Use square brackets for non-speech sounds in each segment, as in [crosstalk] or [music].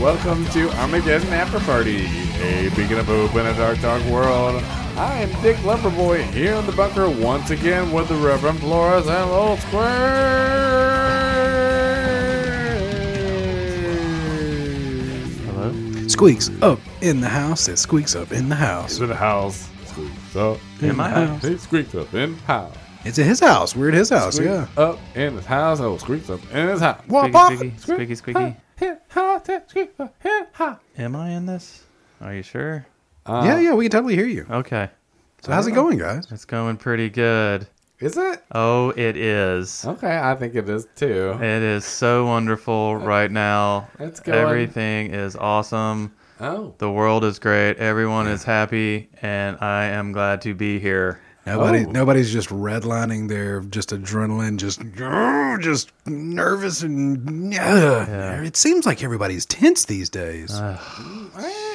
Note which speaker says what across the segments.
Speaker 1: Welcome to Armageddon After Party, a beacon of hope in a dark, dark world. I am Dick Lumberboy here in the bunker once again with the Reverend Flores and Old Square.
Speaker 2: Hello?
Speaker 3: Squeaks up in the house. It squeaks up in the house.
Speaker 1: in the house. Squeaks up.
Speaker 2: In my house.
Speaker 1: He squeaks up in the house.
Speaker 3: It's at his house. We're at his house.
Speaker 1: Squeaks
Speaker 3: Yeah.
Speaker 1: Up in his house. Oh, squeaks up in his house.
Speaker 3: Wop wop.
Speaker 2: Squeaky, squeaky, squeaky, squeaky. Am I in this? Are you sure?
Speaker 1: Uh,
Speaker 3: Yeah, yeah. We can totally hear you.
Speaker 2: Okay.
Speaker 3: So how's it going, guys?
Speaker 2: It's going pretty good.
Speaker 1: Is it?
Speaker 2: Oh, it is.
Speaker 1: Okay, I think it is too.
Speaker 2: It is so wonderful right now.
Speaker 1: Uh, It's going-
Speaker 2: Everything is awesome.
Speaker 1: Oh.
Speaker 2: The world is great. Everyone is happy. And I am glad to be here.
Speaker 3: Nobody,
Speaker 1: Oh.
Speaker 3: nobody's just redlining their just adrenaline, just grrr, just nervous and yeah. It seems like everybody's tense these days.
Speaker 1: Eh,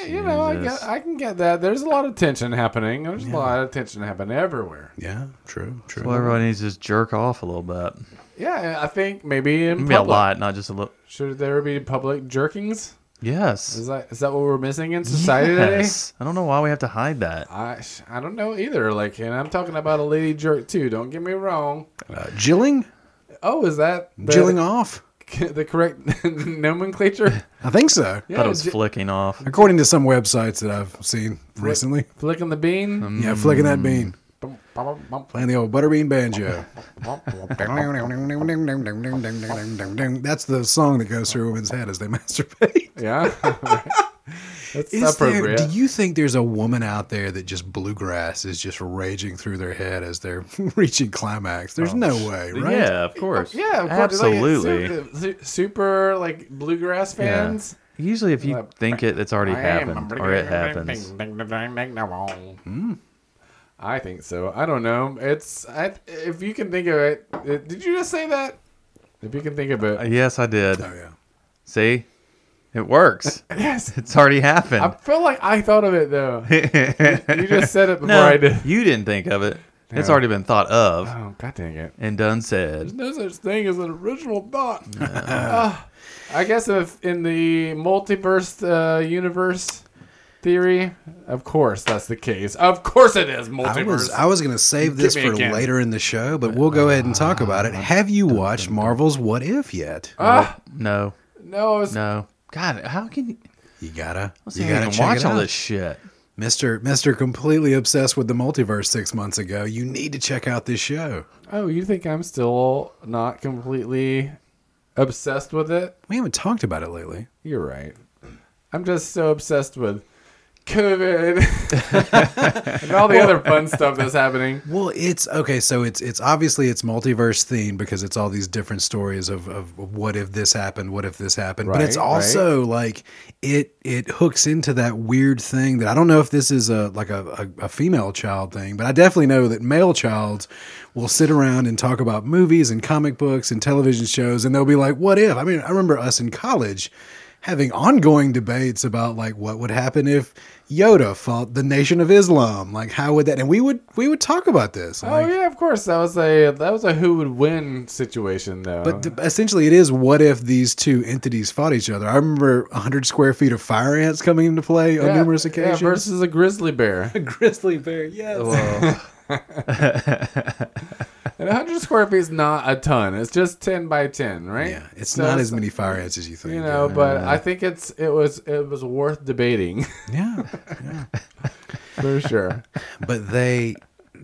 Speaker 1: you know, I,
Speaker 2: Jesus.
Speaker 1: get, I can get that. There's a lot of tension happening. There's a lot of tension happening everywhere.
Speaker 3: yeah, true, true.
Speaker 2: Well, everyone needs to just jerk off a little bit.
Speaker 1: Yeah, I think maybe in
Speaker 2: Maybe a
Speaker 1: public.
Speaker 2: lot, not just a little.
Speaker 1: Should there be public jerkings? Is
Speaker 2: Yes.
Speaker 1: that is that what we're missing in society today?
Speaker 2: Yes. I don't know why we have to hide that.
Speaker 1: I I don't know either. Like, and I'm talking about a lady jerk too. Don't get me wrong.
Speaker 3: Uh, jilling,
Speaker 1: Oh, is that the,
Speaker 3: jilling off.
Speaker 1: [laughs] the correct [laughs]
Speaker 2: [laughs]
Speaker 1: nomenclature?
Speaker 3: I think so.
Speaker 1: Yeah,
Speaker 2: thought it was
Speaker 1: j-
Speaker 2: flicking off.
Speaker 3: According to some websites that I've seen recently.
Speaker 1: flicking the bean.
Speaker 2: Um,
Speaker 3: Yeah, flicking that bean,
Speaker 1: Bum, bum, bum,
Speaker 3: playing the old butterbean banjo.
Speaker 1: bum,
Speaker 2: [laughs]
Speaker 1: bum, bum.
Speaker 3: That's the song that goes through a woman's head as they [laughs] masturbate.
Speaker 1: yeah, [laughs] that's
Speaker 3: Is there,
Speaker 1: appropriate.
Speaker 3: do you think there's a woman out there that just bluegrass is just raging through their head as they're [laughs] reaching climax? There's no way, right?
Speaker 2: Oh, Yeah, of course.
Speaker 1: Yeah, of course.
Speaker 2: absolutely.
Speaker 1: Like, su- su- super like bluegrass
Speaker 2: Yeah.
Speaker 1: fans.
Speaker 2: Usually, if you
Speaker 1: Uh,
Speaker 2: think it, it's already
Speaker 1: I am a
Speaker 2: happened or it happens. Hmm.
Speaker 1: I think so. I don't know. It's I, if you can think of it. it- Did you just say that? If you can think of
Speaker 2: Uh,
Speaker 1: it,
Speaker 2: Yes, I did.
Speaker 3: Oh yeah.
Speaker 2: See,
Speaker 1: [laughs]
Speaker 2: it works. [laughs]
Speaker 1: yes.
Speaker 2: It's already
Speaker 1: I
Speaker 2: happened.
Speaker 1: feel like I thought of it though. You just said it before
Speaker 2: [laughs] no,
Speaker 1: I did.
Speaker 2: you didn't think of it. It's
Speaker 1: No.
Speaker 2: already been thought of
Speaker 1: Oh god dang it!
Speaker 2: and done said.
Speaker 1: There's no such thing as an original thought. [laughs] Ah, I guess if in the multiverse uh, universe theory, of course that's the case. Of course it is multiverse.
Speaker 3: I was I was gonna save this
Speaker 1: Give me
Speaker 3: for
Speaker 1: again.
Speaker 3: later in the show, but we'll go ahead and talk about
Speaker 2: uh,
Speaker 3: it. Have you watched Marvel's What If yet?
Speaker 1: Ah,
Speaker 2: No,
Speaker 1: no, it's
Speaker 2: no. God, how can you,
Speaker 3: You gotta
Speaker 2: let's
Speaker 3: you
Speaker 2: not
Speaker 3: gotta
Speaker 2: even
Speaker 3: check
Speaker 2: watch
Speaker 3: it
Speaker 2: all
Speaker 3: out.
Speaker 2: this shit?
Speaker 3: Mister Mister completely obsessed with the multiverse six months ago. You need to check out this show.
Speaker 1: Oh, you think I'm still not completely obsessed with it?
Speaker 3: We haven't talked about it lately.
Speaker 1: You're right. I'm just so obsessed with COVID [laughs] and all the other fun stuff that's happening.
Speaker 3: Well, it's okay. So it's it's obviously it's multiverse themed because it's all these different stories of, of what if this happened, what if this happened. but it's
Speaker 1: Right, right.
Speaker 3: also like it it hooks into that weird thing that I don't know if this is a like a, a, a female child thing, but I definitely know that male childs will sit around and talk about movies and comic books and television shows, and they'll be like, "What if?" I mean, I remember us in college having ongoing debates about like what would happen if Yoda fought the Nation of Islam. Like how would that and we would we would talk about this.
Speaker 1: Oh
Speaker 3: Like,
Speaker 1: yeah, of course. That was a that was a who would win situation though.
Speaker 3: But d- essentially it is what if these two entities fought each other. I remember 100 square feet of fire ants coming into play on
Speaker 1: Yeah,
Speaker 3: numerous
Speaker 1: yeah,
Speaker 3: occasions.
Speaker 1: versus a grizzly
Speaker 3: [laughs]
Speaker 1: bear.
Speaker 3: a grizzly bear, yes.
Speaker 1: And 100 square feet is not a ton. It's just 10 by 10, right?
Speaker 3: yeah,
Speaker 1: [laughs]
Speaker 3: it's
Speaker 1: So
Speaker 3: not as many fire ants as you think.
Speaker 1: You know,
Speaker 3: yeah.
Speaker 1: but I think it's it was it was worth debating [laughs]
Speaker 3: yeah.
Speaker 1: for sure.
Speaker 3: but they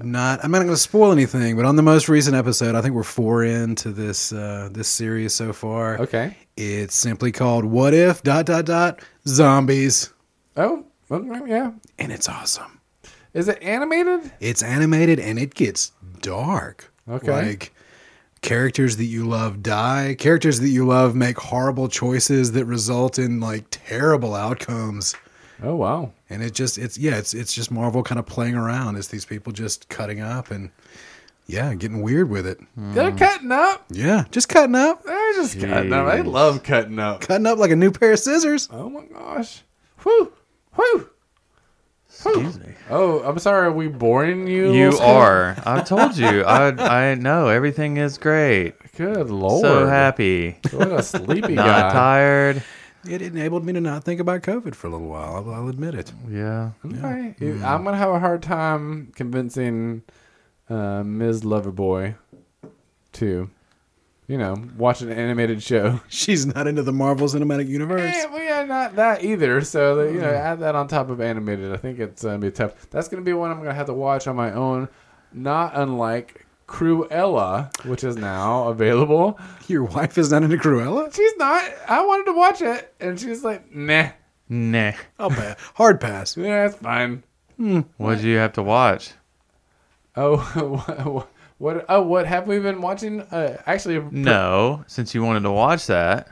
Speaker 3: not i'm not going to spoil anything but on the most recent episode i think we're four into this uh this series so far
Speaker 1: Okay.
Speaker 3: it's simply called what if dot dot dot zombies
Speaker 1: Oh, okay, yeah.
Speaker 3: and it's awesome
Speaker 1: Is it animated?
Speaker 3: it's animated and it gets dark
Speaker 1: Okay.
Speaker 3: like characters that you love die characters that you love make horrible choices that result in like terrible outcomes
Speaker 1: Oh wow.
Speaker 3: and it just it's yeah it's it's just marvel kind of playing around it's these people just cutting up and yeah getting weird with it
Speaker 1: They're cutting up.
Speaker 3: yeah just cutting up
Speaker 1: They're just cutting up. They
Speaker 2: Jeez.
Speaker 1: love cutting up.
Speaker 3: cutting up like a new pair of scissors
Speaker 1: Oh my gosh. Whew. Whew.
Speaker 2: Excuse me.
Speaker 1: Oh, I'm sorry. Are we boring you?
Speaker 2: You
Speaker 1: little
Speaker 2: are. I told you. I I
Speaker 3: [laughs]
Speaker 2: know everything is great.
Speaker 1: sc- Good lord.
Speaker 2: So happy.
Speaker 1: What a sleepy
Speaker 2: [laughs] Not
Speaker 1: guy.
Speaker 2: tired.
Speaker 3: it enabled me to not think about COVID for a little while. I'll, I'll admit it.
Speaker 2: Yeah. Mm.
Speaker 1: Okay. You- I'm gonna have a hard time convincing uh, Ms. Loverboy to, you know, watch an animated show.
Speaker 3: She's not into the Marvel
Speaker 1: [laughs]
Speaker 3: Cinematic Universe.
Speaker 1: Eh, we are not that either. So that, you
Speaker 2: Mm.
Speaker 1: know, add that on top of animated. I think it's gonna be tough. That's gonna be one I'm gonna have to watch on my own. Not unlike Cruella, which is now available.
Speaker 3: Your wife is not into Cruella?
Speaker 1: She's not. I wanted to watch it, and she's like, "Nah,
Speaker 2: Nah.
Speaker 3: I'll pass. Hard pass.
Speaker 1: yeah, it's fine."
Speaker 2: What'd you have to watch?
Speaker 1: Oh, [laughs] what? what oh, what have we been watching? Uh, actually,
Speaker 2: No. Since you wanted to watch that,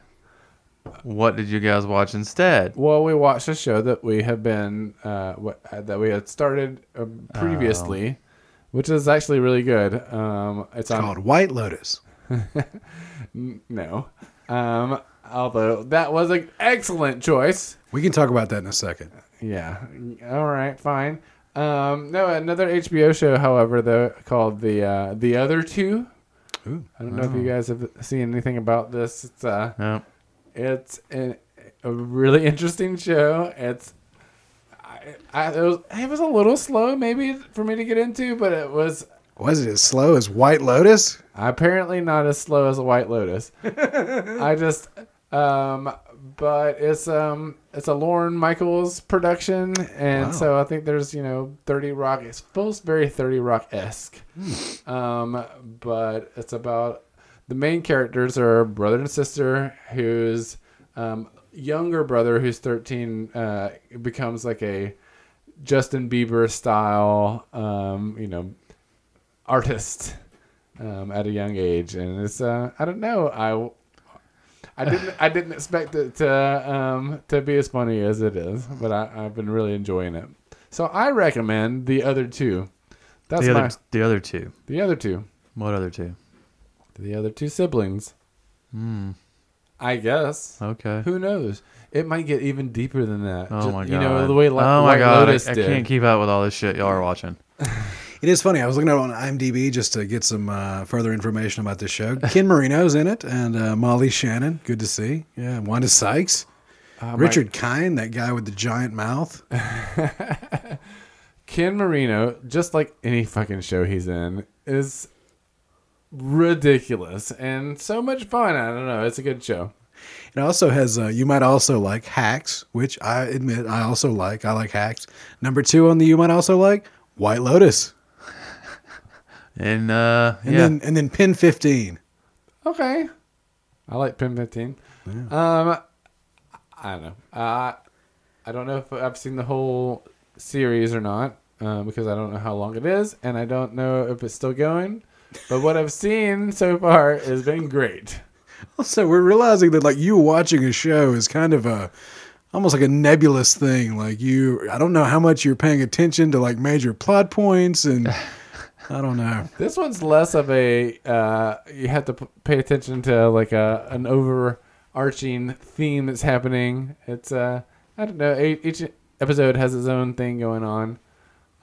Speaker 2: what did you guys watch instead?
Speaker 1: Well, we watched a show that we have been uh, what, uh, that we had started uh, previously, which is actually really good. Um, it's on
Speaker 3: Called White Lotus.
Speaker 1: no, um, although that was an excellent choice.
Speaker 3: We can talk about that in a second.
Speaker 1: Yeah. All right. Fine. Um, no, another HBO show, however, though, called the uh, the other two.
Speaker 3: Ooh.
Speaker 1: I don't know if you guys have seen anything about this. It's uh,
Speaker 2: No.
Speaker 1: It's an, a really interesting show. It's I, I, it, was, it was a little slow maybe for me to get into, but it was
Speaker 3: Was it as slow as White Lotus?
Speaker 1: apparently not as slow as a White Lotus. I just um but it's um it's a Lauren Michaels production and
Speaker 3: Wow.
Speaker 1: so I think there's, you know, 30 Rock it's feels very 30 Rock-esque. um but it's about the main characters are brother and sister whose um younger brother who's 13 uh becomes like a Justin Bieber style um you know artist um, at a young age, and it's uh, I don't know I I didn't I didn't expect it to um, to be as funny as it is, but I, I've been really enjoying it. So I recommend the other two. That's
Speaker 2: The
Speaker 1: my
Speaker 2: other, the other two.
Speaker 1: the other two
Speaker 2: What other two?
Speaker 1: the other two siblings.
Speaker 2: Hmm.
Speaker 1: I guess
Speaker 2: Okay.
Speaker 1: who knows. It might get even deeper than that.
Speaker 2: Uh, Oh
Speaker 1: Ju-
Speaker 2: my god.
Speaker 1: You know the way like
Speaker 2: oh my
Speaker 1: White
Speaker 2: god.
Speaker 1: Lotus
Speaker 2: I, I
Speaker 1: did.
Speaker 2: can't keep up with all this shit y'all are watching.
Speaker 3: It is funny. I was looking at it on IMDb just to get some uh, further information about
Speaker 1: [laughs]
Speaker 3: this show. Ken Marino's in it, and uh, Molly Shannon. Good to see. Yeah, Wanda Sykes,
Speaker 1: Oh, my-
Speaker 3: Richard Kine, that guy with the giant mouth.
Speaker 1: Ken Marino, just like any fucking show he's in, is ridiculous and so much fun. I don't know. It's a good show.
Speaker 3: It also has. Uh, you might also like Hacks, which I admit I also like. I like Hacks. Number two on the you might also like White Lotus,
Speaker 2: And uh
Speaker 3: and
Speaker 2: yeah.
Speaker 3: then and then Pin Fifteen.
Speaker 1: Okay. I like Pin 15. Um, I don't know. Uh, I don't know if I've seen the whole series or not uh, because I don't know how long it is and I don't know if it's still going. But what I've seen so far has been great.
Speaker 3: Also, we're realizing that like you watching a show is kind of a almost like a nebulous thing. Like you, I don't know how much you're paying attention to like major plot points,
Speaker 2: [laughs]
Speaker 3: and I don't know.
Speaker 1: This one's less of a uh, you have to p- pay attention to like a an overarching theme that's happening. It's uh I don't know e- each episode has its own thing going on,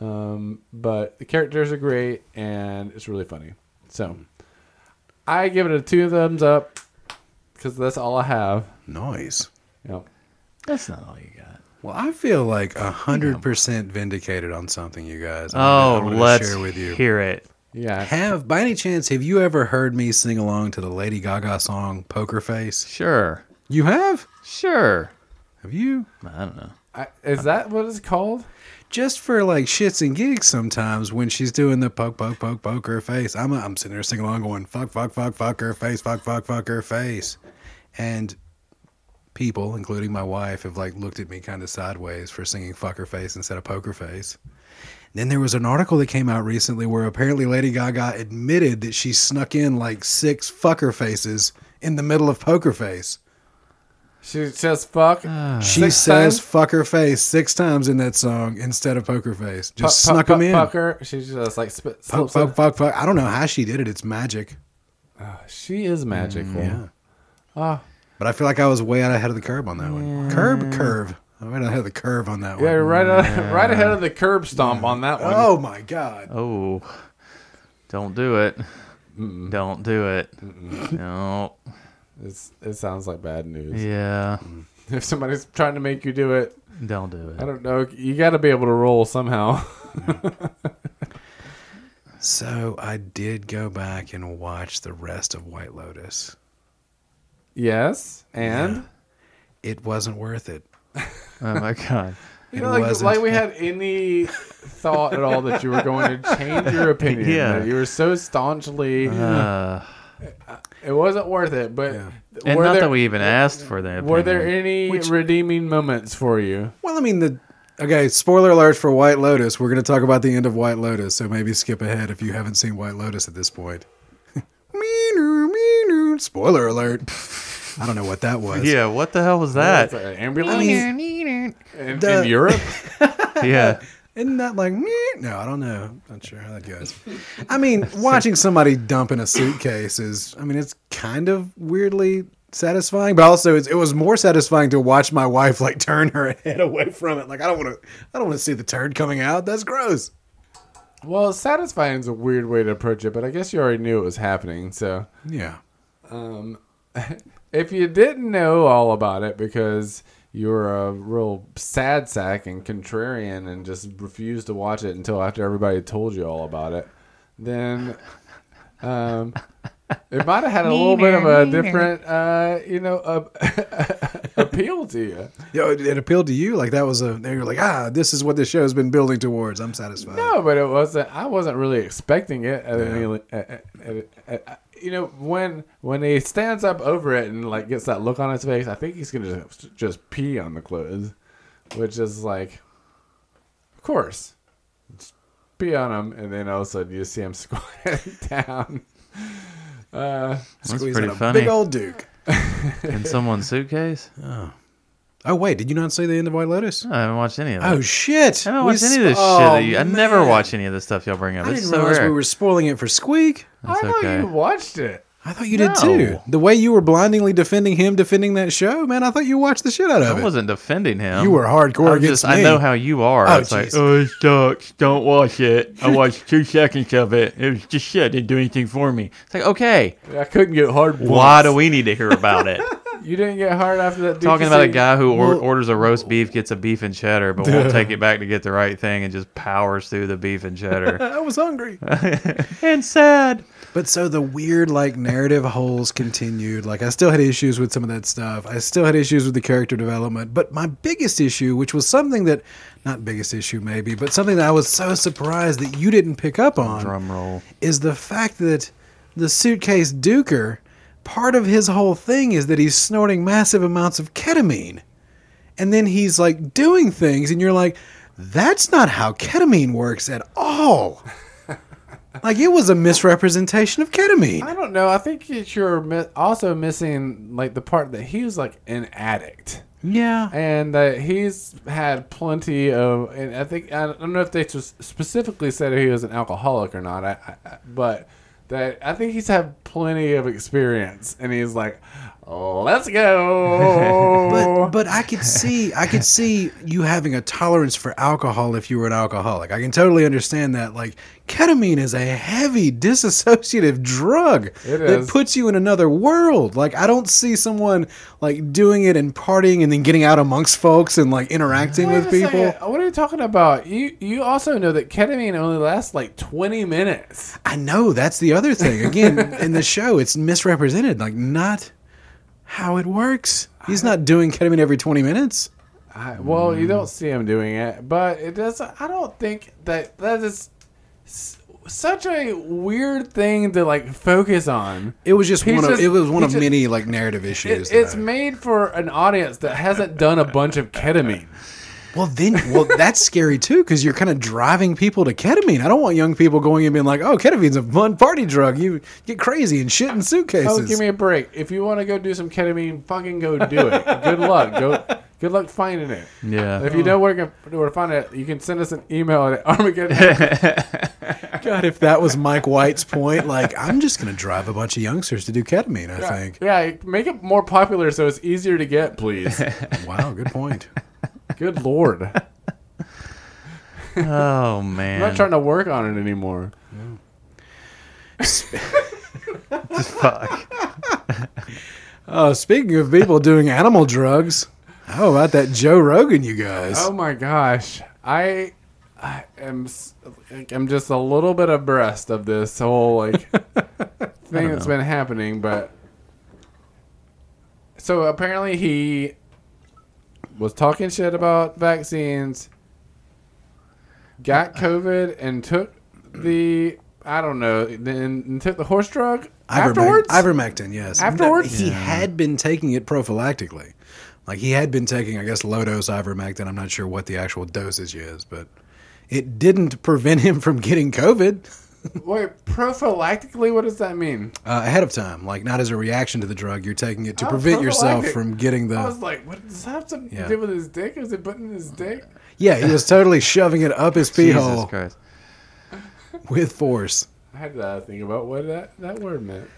Speaker 1: um, but the characters are great and it's really funny. So I give it a two thumbs up because that's all I have.
Speaker 3: Noise.
Speaker 1: Yep.
Speaker 2: That's not all you got.
Speaker 3: Well, I feel like a hundred percent vindicated on something, you guys. I
Speaker 2: Oh,
Speaker 3: wanna- I wanna
Speaker 2: let's hear it.
Speaker 1: Yeah,
Speaker 3: Have by any chance have you ever heard me sing along to the Lady Gaga song "Poker Face"?
Speaker 2: Sure.
Speaker 3: You have?
Speaker 2: Sure.
Speaker 3: Have you?
Speaker 2: I don't know.
Speaker 1: I, is that what it's called?
Speaker 3: just for like shits and gigs sometimes when she's doing the poke poke poke poke her face i'm i'm sitting there singing along going fuck fuck fuck fuck her face fuck fuck fuck her face and people including my wife have like looked at me kind of sideways for singing fuck her face instead of poker face then there was an article that came out recently where apparently lady gaga admitted that she snuck in like six fucker faces in the middle of poker face
Speaker 1: She says fuck.
Speaker 3: she
Speaker 1: Uh, Six
Speaker 3: says
Speaker 1: times?
Speaker 3: fuck her face six times in that song instead of poker face
Speaker 1: Pu-
Speaker 3: just
Speaker 1: pu-
Speaker 3: snuck
Speaker 1: pu-
Speaker 3: them in
Speaker 1: Pucker. She just like spit.
Speaker 3: Fuck,
Speaker 1: slips
Speaker 3: fuck,
Speaker 1: it.
Speaker 3: fuck, fuck. I don't know how she did it. It's magic.
Speaker 1: She is magical.
Speaker 3: Mm, Yeah.
Speaker 1: Ah.
Speaker 3: But I feel like I was way out ahead of the curve on that one. Curb, curve. I'm right ahead of the curve on that
Speaker 1: Yeah,
Speaker 3: one.
Speaker 1: you're right, on, [laughs] right ahead of the curb stomp on that one.
Speaker 3: Oh my god.
Speaker 2: Oh, [laughs] don't do it. Don't do it. No.
Speaker 1: It's, it sounds like bad news.
Speaker 2: Yeah,
Speaker 1: [laughs] If somebody's trying to make you do it,
Speaker 2: don't do
Speaker 1: I
Speaker 2: it.
Speaker 1: don't know. You got to be able to roll somehow. [laughs]
Speaker 3: So I did go back and watch the rest of White Lotus.
Speaker 1: yes, and
Speaker 3: It wasn't worth it.
Speaker 2: Oh my [laughs] god.
Speaker 1: you
Speaker 3: It
Speaker 1: know, like,
Speaker 3: wasn't.
Speaker 1: like we had any thought at all that you were going
Speaker 3: [laughs]
Speaker 1: to change your opinion.
Speaker 2: Yeah.
Speaker 1: that You were so staunchly.
Speaker 2: Uh,
Speaker 1: it wasn't worth it. But
Speaker 3: Uh-huh. Yeah.
Speaker 2: and
Speaker 1: were
Speaker 2: not
Speaker 1: there,
Speaker 2: that we even asked for that.
Speaker 1: were there any
Speaker 3: Which-
Speaker 1: redeeming moments for you?
Speaker 3: Well, I mean the okay. Spoiler alert for White Lotus. We're going to talk about the end of White Lotus, so maybe skip ahead if you haven't seen White Lotus at this point. [laughs] Meanoo, meanoo. Spoiler alert. [laughs] I don't know what that was.
Speaker 2: Yeah, what the hell was that?
Speaker 1: It's
Speaker 2: [laughs]
Speaker 1: like an ambulance in,
Speaker 3: the-
Speaker 1: in Europe.
Speaker 2: yeah,
Speaker 3: Isn't that like me? No, I don't know. Not sure how that goes. I mean, watching somebody dump in a suitcase is, I mean, it's kind of weirdly satisfying, but also it's, it was more satisfying to watch my wife like turn her head away from it. Like, I don't want to, I don't want to see the turd coming out. That's gross.
Speaker 1: well, satisfying is a weird way to approach it, but I guess you already knew it was happening. So
Speaker 3: Yeah.
Speaker 1: if you didn't know all about it because you were a real sad sack and contrarian and just refused to watch it until after everybody told you all about it, then um, it might have had a little bit of a different, uh, you know, uh, [laughs] appeal to you.
Speaker 3: You know, it, it appealed to you. Like that was a, they were like, ah, this is what this show has been building towards. I'm satisfied.
Speaker 1: No, but it wasn't. I wasn't really expecting it. At any, at, at, at- you know, when when he stands up over it and like gets that look on his face, I think he's gonna just, just pee on the clothes, which is like, of course, just pee on him, and then all of a sudden you see him [laughs] squatting down. Uh,
Speaker 2: that's
Speaker 3: Squeeze
Speaker 2: pretty
Speaker 3: out a
Speaker 2: funny.
Speaker 3: Big old Duke.
Speaker 2: In someone's suitcase.
Speaker 3: Oh, wait. Did you not see the end of White Lotus?
Speaker 2: I haven't watched any of that.
Speaker 3: Oh, shit.
Speaker 2: I haven't
Speaker 3: We
Speaker 2: watched any of this
Speaker 3: sp-
Speaker 2: shit.
Speaker 3: oh,
Speaker 2: That you, I never
Speaker 3: man.
Speaker 2: watch any of the stuff y'all bring up.
Speaker 3: I
Speaker 2: It's
Speaker 3: didn't
Speaker 2: so
Speaker 3: realize
Speaker 2: rare.
Speaker 3: we were spoiling it for Squeak.
Speaker 1: I
Speaker 2: That's
Speaker 1: thought
Speaker 2: okay.
Speaker 1: you watched it.
Speaker 3: I thought you did
Speaker 2: No.
Speaker 3: too. The way you were blindingly defending him, defending that show, man, I thought you watched the shit out of
Speaker 2: I
Speaker 3: it.
Speaker 2: wasn't defending him.
Speaker 3: You were hardcore
Speaker 2: I'm
Speaker 3: against
Speaker 2: just, I
Speaker 3: me.
Speaker 2: know how you are.
Speaker 3: Oh,
Speaker 2: it's like,
Speaker 3: jeez.
Speaker 2: oh, it sucks. Don't watch it.
Speaker 3: [laughs]
Speaker 2: I watched two seconds of it. It was just shit. It didn't do anything for me. It's like, okay,
Speaker 1: I couldn't get hard.
Speaker 2: why
Speaker 1: once.
Speaker 2: do we need to hear about it?
Speaker 1: you didn't get hard after that?
Speaker 2: Talking about a
Speaker 1: DQC?
Speaker 2: guy who or-
Speaker 3: Well-
Speaker 2: orders a roast beef, gets a beef and cheddar, but won't take it back to get the right thing and just powers through the beef and
Speaker 3: [laughs]
Speaker 2: cheddar.
Speaker 3: I was hungry.
Speaker 2: and sad.
Speaker 3: but so the weird like narrative holes continued. Like I still had issues with some of that stuff. I still had issues with the character development. But my biggest issue, which was something that not biggest issue maybe, but something that I was so surprised that you didn't pick up on [laughs]
Speaker 2: Drum roll.
Speaker 3: is the fact that the suitcase duker part of his whole thing is that he's snorting massive amounts of ketamine and then he's like doing things and you're like that's not how ketamine works at all like it was a misrepresentation of ketamine
Speaker 1: I don't know. I think that you're mi- also missing like the part that he was like an addict,
Speaker 3: yeah
Speaker 1: and that he's had plenty of. And I think I don't know if they s- specifically said he was an alcoholic or not, I, I, I- but that I think he's had plenty of experience, and he's like, "Let's go." [laughs]
Speaker 3: but but i could see i could see you having a tolerance for alcohol if you were an alcoholic i can totally understand that like ketamine is a heavy disassociative drug
Speaker 1: It
Speaker 3: that
Speaker 1: is.
Speaker 3: puts you in another world. Like I don't see someone like doing it and partying and then getting out amongst folks and like interacting
Speaker 1: Wait
Speaker 3: with
Speaker 1: a
Speaker 3: people.
Speaker 1: second, what are you talking about? You you also know that ketamine only lasts like twenty minutes.
Speaker 3: I know that's the other thing. Again, in
Speaker 1: [laughs]
Speaker 3: the show, it's misrepresented. Like not how it works. He's not doing ketamine every twenty minutes.
Speaker 1: I, Mm. well, you don't see him doing it, but it does. I don't think that that is s- such a weird thing to like focus on.
Speaker 3: It was just
Speaker 1: He's
Speaker 3: one of
Speaker 1: just-
Speaker 3: it was one
Speaker 1: he
Speaker 3: of
Speaker 1: just-
Speaker 3: many like narrative
Speaker 1: It-
Speaker 3: issues. that
Speaker 1: it's
Speaker 3: I-
Speaker 1: made for an audience that hasn't done a bunch of ketamine.
Speaker 3: well then well that's scary too because you're kind of driving people to ketamine. I don't want young people going and being like, oh, ketamine's a fun party drug. You get crazy and shit in suitcases.
Speaker 1: Oh, give me a break! If you want to go do some ketamine, fucking go do [laughs] it. Good luck. Go. Good luck finding it.
Speaker 2: Yeah.
Speaker 1: If you know where to, where to find it, you can send us an email at [laughs] Armageddon.
Speaker 3: God, if that was Mike White's point, like I'm just gonna drive a bunch of youngsters to do ketamine. I think.
Speaker 1: yeah, make it more popular so it's easier to get, please.
Speaker 3: Wow, good point.
Speaker 1: Good lord.
Speaker 2: Oh,
Speaker 1: I'm
Speaker 2: man.
Speaker 1: not trying to work on it anymore.
Speaker 2: Fuck.
Speaker 3: Oh, speaking of people doing animal drugs, how about that Joe Rogan, you guys?
Speaker 1: Oh my gosh, I, I am, s- like, I'm just a little bit abreast of this whole
Speaker 3: [laughs]
Speaker 1: like thing that's been happening. But so apparently he was talking shit about vaccines, got COVID, and took the I don't know, then took the horse drug afterwards.
Speaker 3: Ivermec- Ivermectin, yes.
Speaker 1: Afterwards?
Speaker 3: he had been taking it prophylactically. Like he had been taking, I guess, low dose ivermectin. I'm not sure what the actual dosage is, but it didn't prevent him from getting COVID
Speaker 1: Wait, prophylactically, what does that mean?
Speaker 3: uh, ahead of time. Like not as a reaction to the drug. You're taking it to
Speaker 1: Oh,
Speaker 3: prevent yourself
Speaker 1: prophylactic. Oh.
Speaker 3: from getting
Speaker 1: I was
Speaker 3: the.
Speaker 1: like, what does that have to
Speaker 3: Yeah.
Speaker 1: do with his dick? Is it putting his dick?
Speaker 3: Yeah, he was totally shoving it up his pee
Speaker 2: Jesus
Speaker 3: hole
Speaker 2: Christ.
Speaker 3: with force.
Speaker 1: I had to think about what that, that word meant.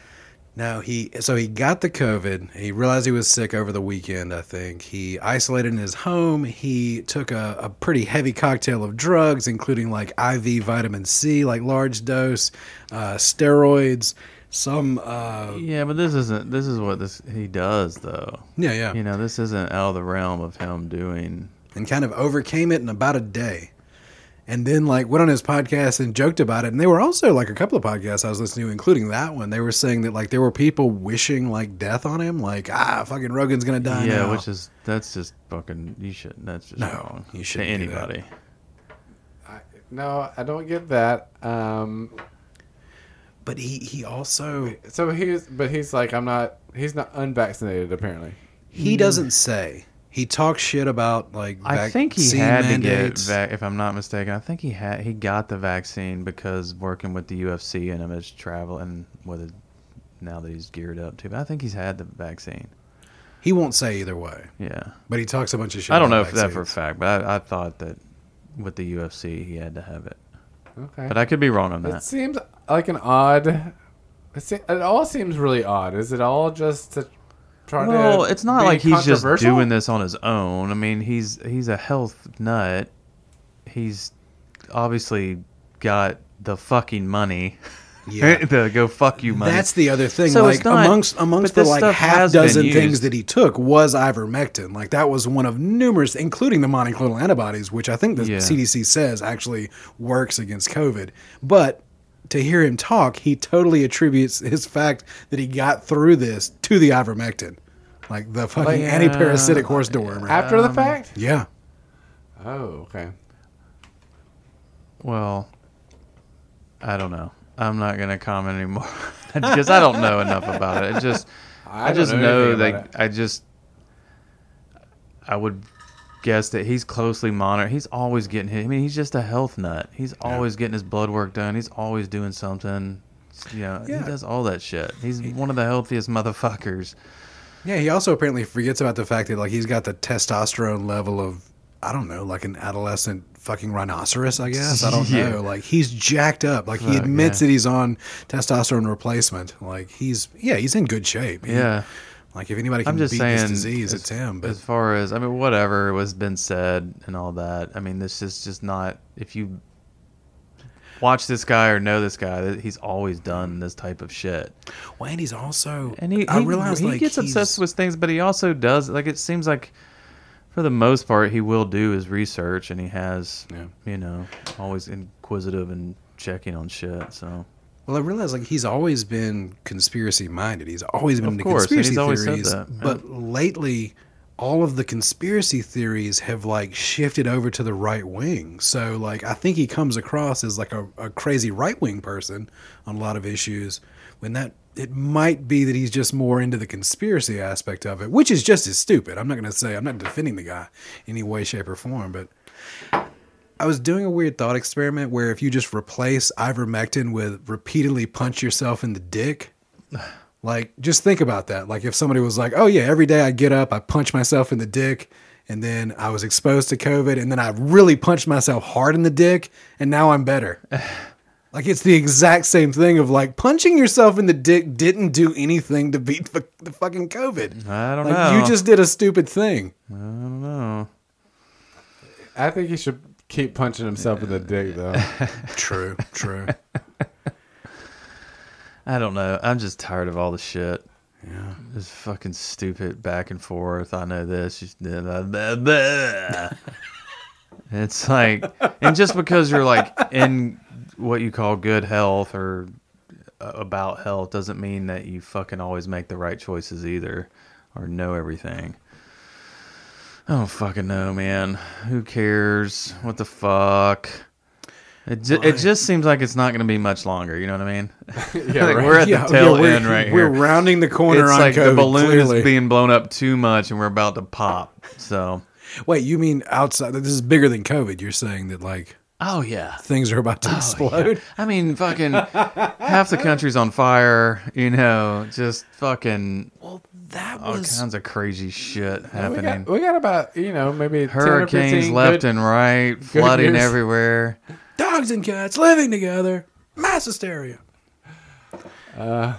Speaker 3: No, he so he got the COVID. He realized he was sick over the weekend, I think. He isolated in his home. He took a, a pretty heavy cocktail of drugs, including like IV vitamin C, like large dose, uh, steroids, some uh,
Speaker 2: Yeah, but this isn't. This is what this he does though.
Speaker 3: yeah, yeah.
Speaker 2: You know, this isn't out of the realm of him doing.
Speaker 3: and kind of overcame it in about a day. And then like went on his podcast and joked about it. And they were also like a couple of podcasts I was listening to, including that one. They were saying that like there were people wishing like death on him, like ah, fucking Rogan's gonna die.
Speaker 2: yeah,
Speaker 3: now.
Speaker 2: which is that's just fucking. You should. That's just
Speaker 3: No,
Speaker 2: wrong.
Speaker 3: you
Speaker 2: to
Speaker 3: shouldn't do that.
Speaker 2: anybody.
Speaker 1: No, I don't get that. Um,
Speaker 3: but he he also
Speaker 1: so he's, but he's like, I'm not. He's not unvaccinated apparently.
Speaker 3: he doesn't say he talks shit about like
Speaker 2: Hmm. I think he
Speaker 3: vaccine
Speaker 2: had
Speaker 3: mandates.
Speaker 2: to get. Vac- if I'm not mistaken, I think he had he got the vaccine because working with the UFC and him is traveling with it now that he's geared up to. But I think he's had the vaccine.
Speaker 3: he won't say either way
Speaker 2: Yeah.
Speaker 3: but he talks a bunch of shit
Speaker 2: I don't know
Speaker 3: about
Speaker 2: if that for a
Speaker 3: vaccines.
Speaker 2: fact, but I, I thought that with the UFC he had to have it.
Speaker 1: Okay,
Speaker 2: But I could be wrong on
Speaker 1: it
Speaker 2: that.
Speaker 1: seems like an odd. It, se- it all seems really odd. Is it all just to try
Speaker 2: Well,
Speaker 1: to?
Speaker 2: it's not
Speaker 1: be
Speaker 2: like he's just
Speaker 1: controversial?
Speaker 2: doing this on his own. I mean, he's he's a health nut. He's obviously got the fucking money. [laughs]
Speaker 3: Yeah.
Speaker 2: the go fuck you money.
Speaker 3: that's the other thing
Speaker 2: So
Speaker 3: like
Speaker 2: it's not-
Speaker 3: amongst amongst
Speaker 2: but
Speaker 3: the
Speaker 2: this
Speaker 3: like
Speaker 2: stuff
Speaker 3: half
Speaker 2: has been
Speaker 3: dozen things
Speaker 2: used.
Speaker 3: that he took was ivermectin like that was one of numerous including the monoclonal antibodies which i think the
Speaker 2: Yeah.
Speaker 3: cdc says actually works against covid but to hear him talk he totally attributes his fact that he got through this to the ivermectin like the fucking
Speaker 2: Like,
Speaker 3: anti-parasitic
Speaker 2: uh,
Speaker 3: horse dewormer
Speaker 1: after
Speaker 2: um,
Speaker 1: the fact.
Speaker 3: yeah
Speaker 1: Oh, okay.
Speaker 2: Well, I don't know. I'm not gonna comment anymore [laughs] because I don't know enough about it.
Speaker 1: [laughs]
Speaker 2: It just I,
Speaker 1: don't
Speaker 2: just
Speaker 1: know
Speaker 2: know,
Speaker 1: anything about
Speaker 2: that I just I would guess that he's closely monitored. He's always getting hit. I mean, he's just a health nut. He's always getting his blood work done. He's always doing something. You know,
Speaker 3: Yeah.
Speaker 2: he does all that shit. He's one of the healthiest motherfuckers.
Speaker 3: Yeah, he also apparently forgets about the fact that like he's got the testosterone level of I don't know, like an adolescent fucking rhinoceros, I guess. I don't
Speaker 2: [laughs] Yeah.
Speaker 3: know. Like he's jacked up. Like he
Speaker 2: Fuck,
Speaker 3: admits
Speaker 2: yeah.
Speaker 3: that he's on testosterone replacement. Like he's yeah, he's in good shape. He-
Speaker 2: Yeah.
Speaker 3: Like if anybody can
Speaker 2: I'm just
Speaker 3: beat
Speaker 2: saying,
Speaker 3: this disease,
Speaker 2: as-
Speaker 3: it's him. But
Speaker 2: as far as I mean, whatever was been said and all that, I mean, this is just not. If you watch this guy or know this guy, that he's always done this type of shit,
Speaker 3: well, and he's also
Speaker 2: and he
Speaker 3: I
Speaker 2: he,
Speaker 3: realize
Speaker 2: he
Speaker 3: like
Speaker 2: gets obsessed
Speaker 3: he's-
Speaker 2: with things, but he also does like it seems like. For the most part, he will do his research, and he has,
Speaker 3: Yeah.
Speaker 2: you know, always inquisitive and checking on shit. So
Speaker 3: Well, I realize like he's always been conspiracy minded. He's always been
Speaker 2: Of
Speaker 3: into
Speaker 2: course, and
Speaker 3: conspiracy
Speaker 2: he's always said
Speaker 3: theories.
Speaker 2: that, yeah.
Speaker 3: But lately, all of the conspiracy theories have like shifted over to the right wing. So like I think he comes across as like a, a crazy right wing person on a lot of issues. When that it might be that he's just more into the conspiracy aspect of it, which is just as stupid. I'm not going to say I'm not defending the guy in any way, shape, or form, but. I was doing a weird thought experiment where if you just replace ivermectin with repeatedly punch yourself in the dick, like just think about that. Like if somebody was like, "Oh yeah, every day I get up, I punch myself in the dick, and then I was exposed to COVID, and then I really punched myself hard in the dick, and now I'm
Speaker 2: [sighs]
Speaker 3: better." like it's the exact same thing of like punching yourself in the dick didn't do anything to beat the, the fucking COVID.
Speaker 2: I don't
Speaker 3: Like
Speaker 2: know.
Speaker 3: you just did a stupid
Speaker 2: [laughs]
Speaker 3: thing.
Speaker 2: I don't know.
Speaker 1: I think he should keep punching himself in the dick though.
Speaker 2: [laughs]
Speaker 3: True, true.
Speaker 2: I don't know. I'm just tired of all the shit.
Speaker 3: Yeah.
Speaker 2: This fucking stupid back and forth. I know this. you- blah, blah, blah, blah.
Speaker 1: [laughs]
Speaker 2: it's like, and just because you're like in what you call good health or uh, about health doesn't mean that you fucking always make the right choices either or know everything. I don't fucking know, man. Who cares? What the fuck? It, ju- it just seems like it's not going to be much longer. You know what I mean?
Speaker 1: [laughs] yeah,
Speaker 2: [laughs] Like,
Speaker 1: right.
Speaker 2: We're at the tail
Speaker 3: we're,
Speaker 2: end right
Speaker 3: We're
Speaker 2: here
Speaker 3: rounding the corner
Speaker 2: it's
Speaker 3: on
Speaker 2: like
Speaker 3: COVID,
Speaker 2: the balloon
Speaker 3: clearly.
Speaker 2: is being blown up too much and we're about to pop so
Speaker 3: Wait, you mean outside? This is bigger than COVID. You're saying that like
Speaker 2: oh yeah
Speaker 3: things are about to explode.
Speaker 2: i mean fucking half the country's on fire you know just fucking
Speaker 3: Well, that
Speaker 2: all
Speaker 3: was
Speaker 2: kinds of crazy shit
Speaker 1: we,
Speaker 2: happening
Speaker 1: got, we got about you know maybe 10 or
Speaker 2: hurricanes
Speaker 1: 15
Speaker 2: left
Speaker 1: good-
Speaker 2: and right flooding
Speaker 1: news.
Speaker 2: everywhere
Speaker 3: dogs and cats living together, mass hysteria.
Speaker 2: Hmm.
Speaker 1: yeah.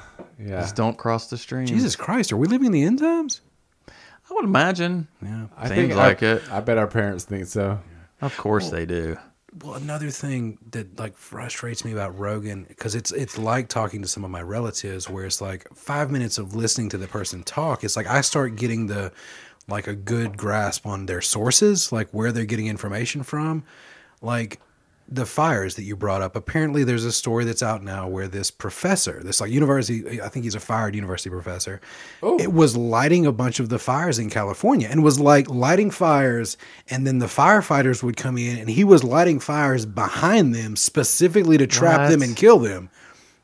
Speaker 2: just don't cross the stream
Speaker 3: Jesus Christ, are we living in the end times?
Speaker 2: i would imagine
Speaker 3: Yeah.
Speaker 1: I
Speaker 2: Seems
Speaker 1: think
Speaker 2: like
Speaker 1: I,
Speaker 2: it.
Speaker 1: I bet our parents think so.
Speaker 2: of course they do
Speaker 3: Well, another thing that like frustrates me about Rogan because it's it's like talking to some of my relatives where it's like five minutes of listening to the person talk. It's like I start getting the like a good grasp on their sources, like where they're getting information from, like the fires that you brought up. Apparently, there's a story that's out now where this professor, this like university, I think he's a fired university professor, it was lighting a bunch of the fires in California and was like lighting fires, and then the firefighters would come in and he was lighting fires behind them specifically to trap them
Speaker 2: What?
Speaker 3: and kill them.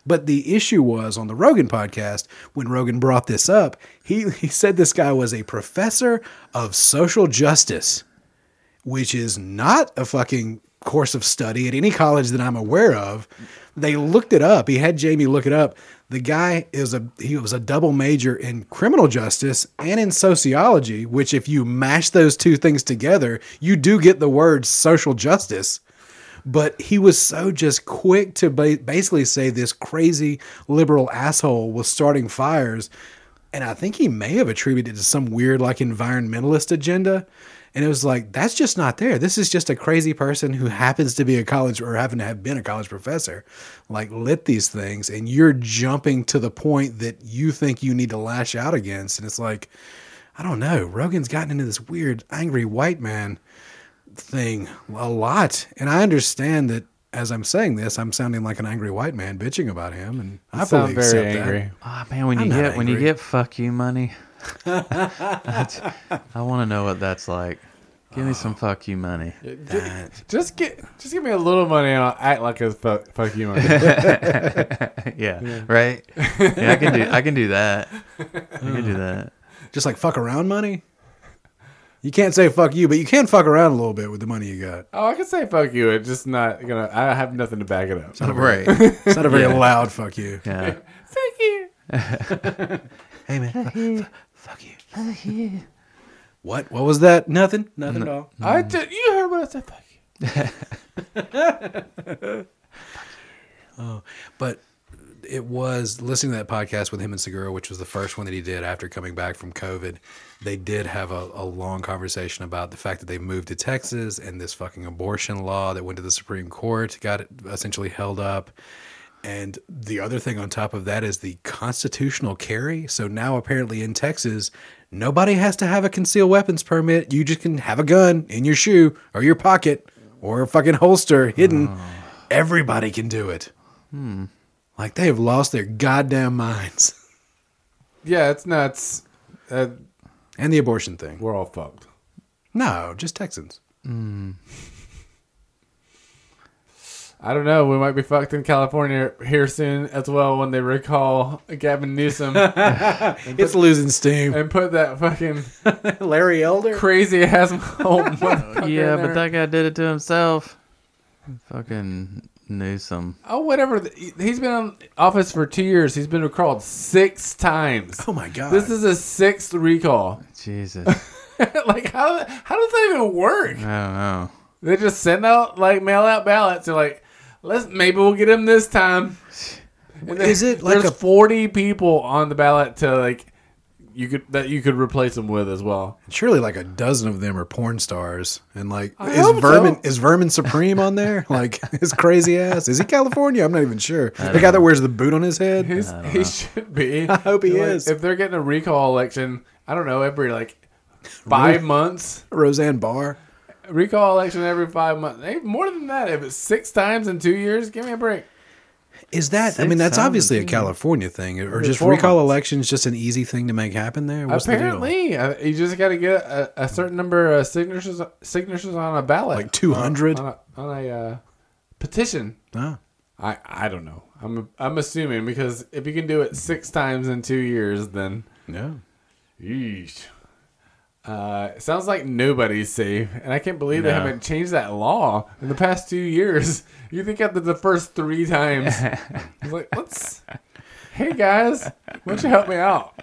Speaker 3: But the issue was on the Rogan podcast, when Rogan brought this up, he, he said this guy was a professor of social justice, which is not a fucking course of study at any college that I'm aware of. They looked it up. He had Jamie look it up. The guy is a he was a double major in criminal justice and in sociology, which if you mash those two things together, you do get the word social justice but he was so just quick to ba- basically say this crazy liberal asshole was starting fires and i think he may have attributed it to some weird like environmentalist agenda and it was like that's just not there this is just a crazy person who happens to be a college or happen to have been a college professor like lit these things and you're jumping to the point that you think you need to lash out against and it's like i don't know rogan's gotten into this weird angry white man thing a lot. And I understand that as I'm saying this, I'm sounding like an angry white man bitching about him. And I
Speaker 1: I sound
Speaker 3: fully
Speaker 1: very
Speaker 3: accept
Speaker 1: angry.
Speaker 3: that.
Speaker 2: Ah man when you
Speaker 3: I'm not
Speaker 2: get when you
Speaker 3: angry.
Speaker 2: get fuck
Speaker 3: [laughs]
Speaker 2: you money that's- i want to know what that's like give me some fuck you money
Speaker 1: Just get, just give me a little money and I'll act like a fuck, fuck you money.
Speaker 2: yeah, right. Yeah, I can do. I can do that. I
Speaker 3: [laughs]
Speaker 2: can do that.
Speaker 3: Just like fuck around money. You can't say fuck you, but you can fuck around a little bit with the money you got.
Speaker 1: oh, I can say fuck you. It's just not gonna. I have nothing to back it up.
Speaker 2: Right.
Speaker 3: It's not
Speaker 1: [laughs]
Speaker 3: a very loud fuck you.
Speaker 2: Yeah.
Speaker 1: Thank you.
Speaker 3: [laughs] Hey man, fuck, you. What? What was that? Nothing. Nothing at all.
Speaker 1: I did. You heard what I said. Fuck you.
Speaker 3: But it was listening to that podcast with him and Segura, which was the first one that he did after coming back from COVID. They did have a, a long conversation about the fact that they moved to Texas and this fucking abortion law that went to the Supreme Court got it essentially held up. And the other thing on top of that is the constitutional carry. So now apparently in Texas, nobody has to have a concealed weapons permit. You just can have a gun in your shoe or your pocket or a fucking holster hidden. Everybody can do it. Like they have lost their goddamn minds. [laughs]
Speaker 1: Yeah, it's nuts. Uh,
Speaker 3: And the abortion thing.
Speaker 1: we're all fucked.
Speaker 3: No, just Texans.
Speaker 1: I don't know. We might be fucked in California here soon as well when they recall Gavin Newsom
Speaker 3: It's
Speaker 1: [laughs]
Speaker 3: losing steam.
Speaker 1: and put that fucking
Speaker 3: Larry Elder.
Speaker 1: crazy ass old motherfucker.
Speaker 2: Yeah,
Speaker 1: in
Speaker 2: but
Speaker 1: there.
Speaker 2: that guy did it to himself. Fucking Newsom.
Speaker 1: Oh, whatever. He- He's been on office for two years. He's been recalled six times.
Speaker 3: [laughs] Oh my god.
Speaker 1: This is a sixth recall. [laughs]
Speaker 2: Jesus.
Speaker 1: like how how does that even work?
Speaker 2: I don't know.
Speaker 1: They just send out like mail out ballots. They're like, let's maybe we'll get him this time. And
Speaker 3: Is it like
Speaker 1: there's
Speaker 3: a-
Speaker 1: forty people on the ballot to like you could that you could replace him with as well.
Speaker 3: Surely, like a dozen of them are porn stars, and like
Speaker 1: I
Speaker 3: is
Speaker 1: hope
Speaker 3: Vermin
Speaker 1: so.
Speaker 3: is Vermin Supreme on there? [laughs] Like his crazy ass is he California? I'm not even sure. The guy that wears the boot on his head.
Speaker 1: He's, he should
Speaker 3: [laughs]
Speaker 1: be. I
Speaker 3: hope he is.
Speaker 1: If they're getting a recall election, I don't know every like five months.
Speaker 3: Roseanne Barr.
Speaker 1: Recall election every five months. Hey, more than that, if it's six times in two years, give me a break.
Speaker 3: Is that? I mean,
Speaker 2: Six
Speaker 3: that's
Speaker 2: thousand,
Speaker 3: obviously a
Speaker 2: yeah.
Speaker 3: California thing, or
Speaker 1: It's
Speaker 3: just
Speaker 1: four
Speaker 3: recall
Speaker 1: months.
Speaker 3: elections just an easy thing to make happen there? What's the deal?
Speaker 1: Apparently, uh, you just got to get a, a certain number of signatures signatures on a ballot,
Speaker 3: like two hundred.
Speaker 1: on a, on a uh, petition.
Speaker 3: Oh.
Speaker 1: I I don't know. I'm I'm assuming because if you can do it six times in two years, then
Speaker 3: Yeah.
Speaker 1: yeesh. Uh, it sounds like nobody's safe, and I can't believe they
Speaker 2: No.
Speaker 1: haven't changed that law in the past two years. [laughs] You think after the first three
Speaker 3: [laughs]
Speaker 1: times, it's like let's, hey guys, why don't you help me out?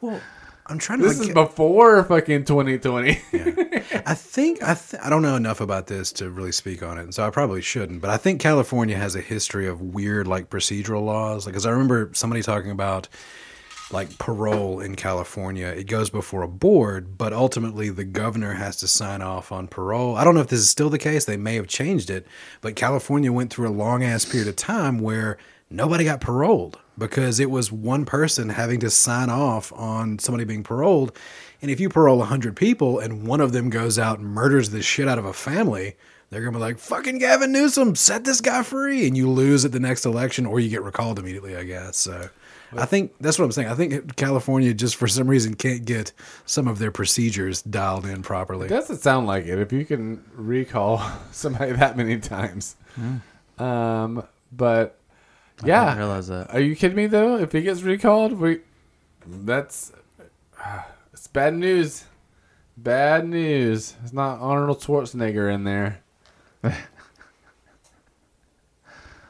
Speaker 3: Well, I'm trying to.
Speaker 1: This
Speaker 3: like,
Speaker 1: is before fucking 2020.
Speaker 3: I think I th- I don't know enough about this to really speak on it, and so I probably shouldn't. But I think California has a history of weird like procedural laws. Like, 'cause I remember somebody talking about like parole in California. It goes before a board, but ultimately the governor has to sign off on parole. I don't know if this is still the case. They may have changed it, but California went through a long ass period of time where nobody got paroled because it was one person having to sign off on somebody being paroled. And if you parole 100 people and one of them goes out and murders the shit out of a family, they're going to be like, fucking Gavin Newsom, set this guy free. And you lose at the next election or you get recalled immediately, I guess. So. I think that's what I'm saying. I think California just for some reason can't get some of their procedures dialed in properly.
Speaker 1: Doesn't sound like it. If you can recall [laughs] somebody that many times, um, but
Speaker 2: Hmm. I
Speaker 1: yeah,
Speaker 2: didn't realize that.
Speaker 1: Are you kidding me though? If he gets recalled, we that's [sighs] it's bad news. Bad news. It's not Arnold Schwarzenegger in
Speaker 2: [laughs]
Speaker 1: there.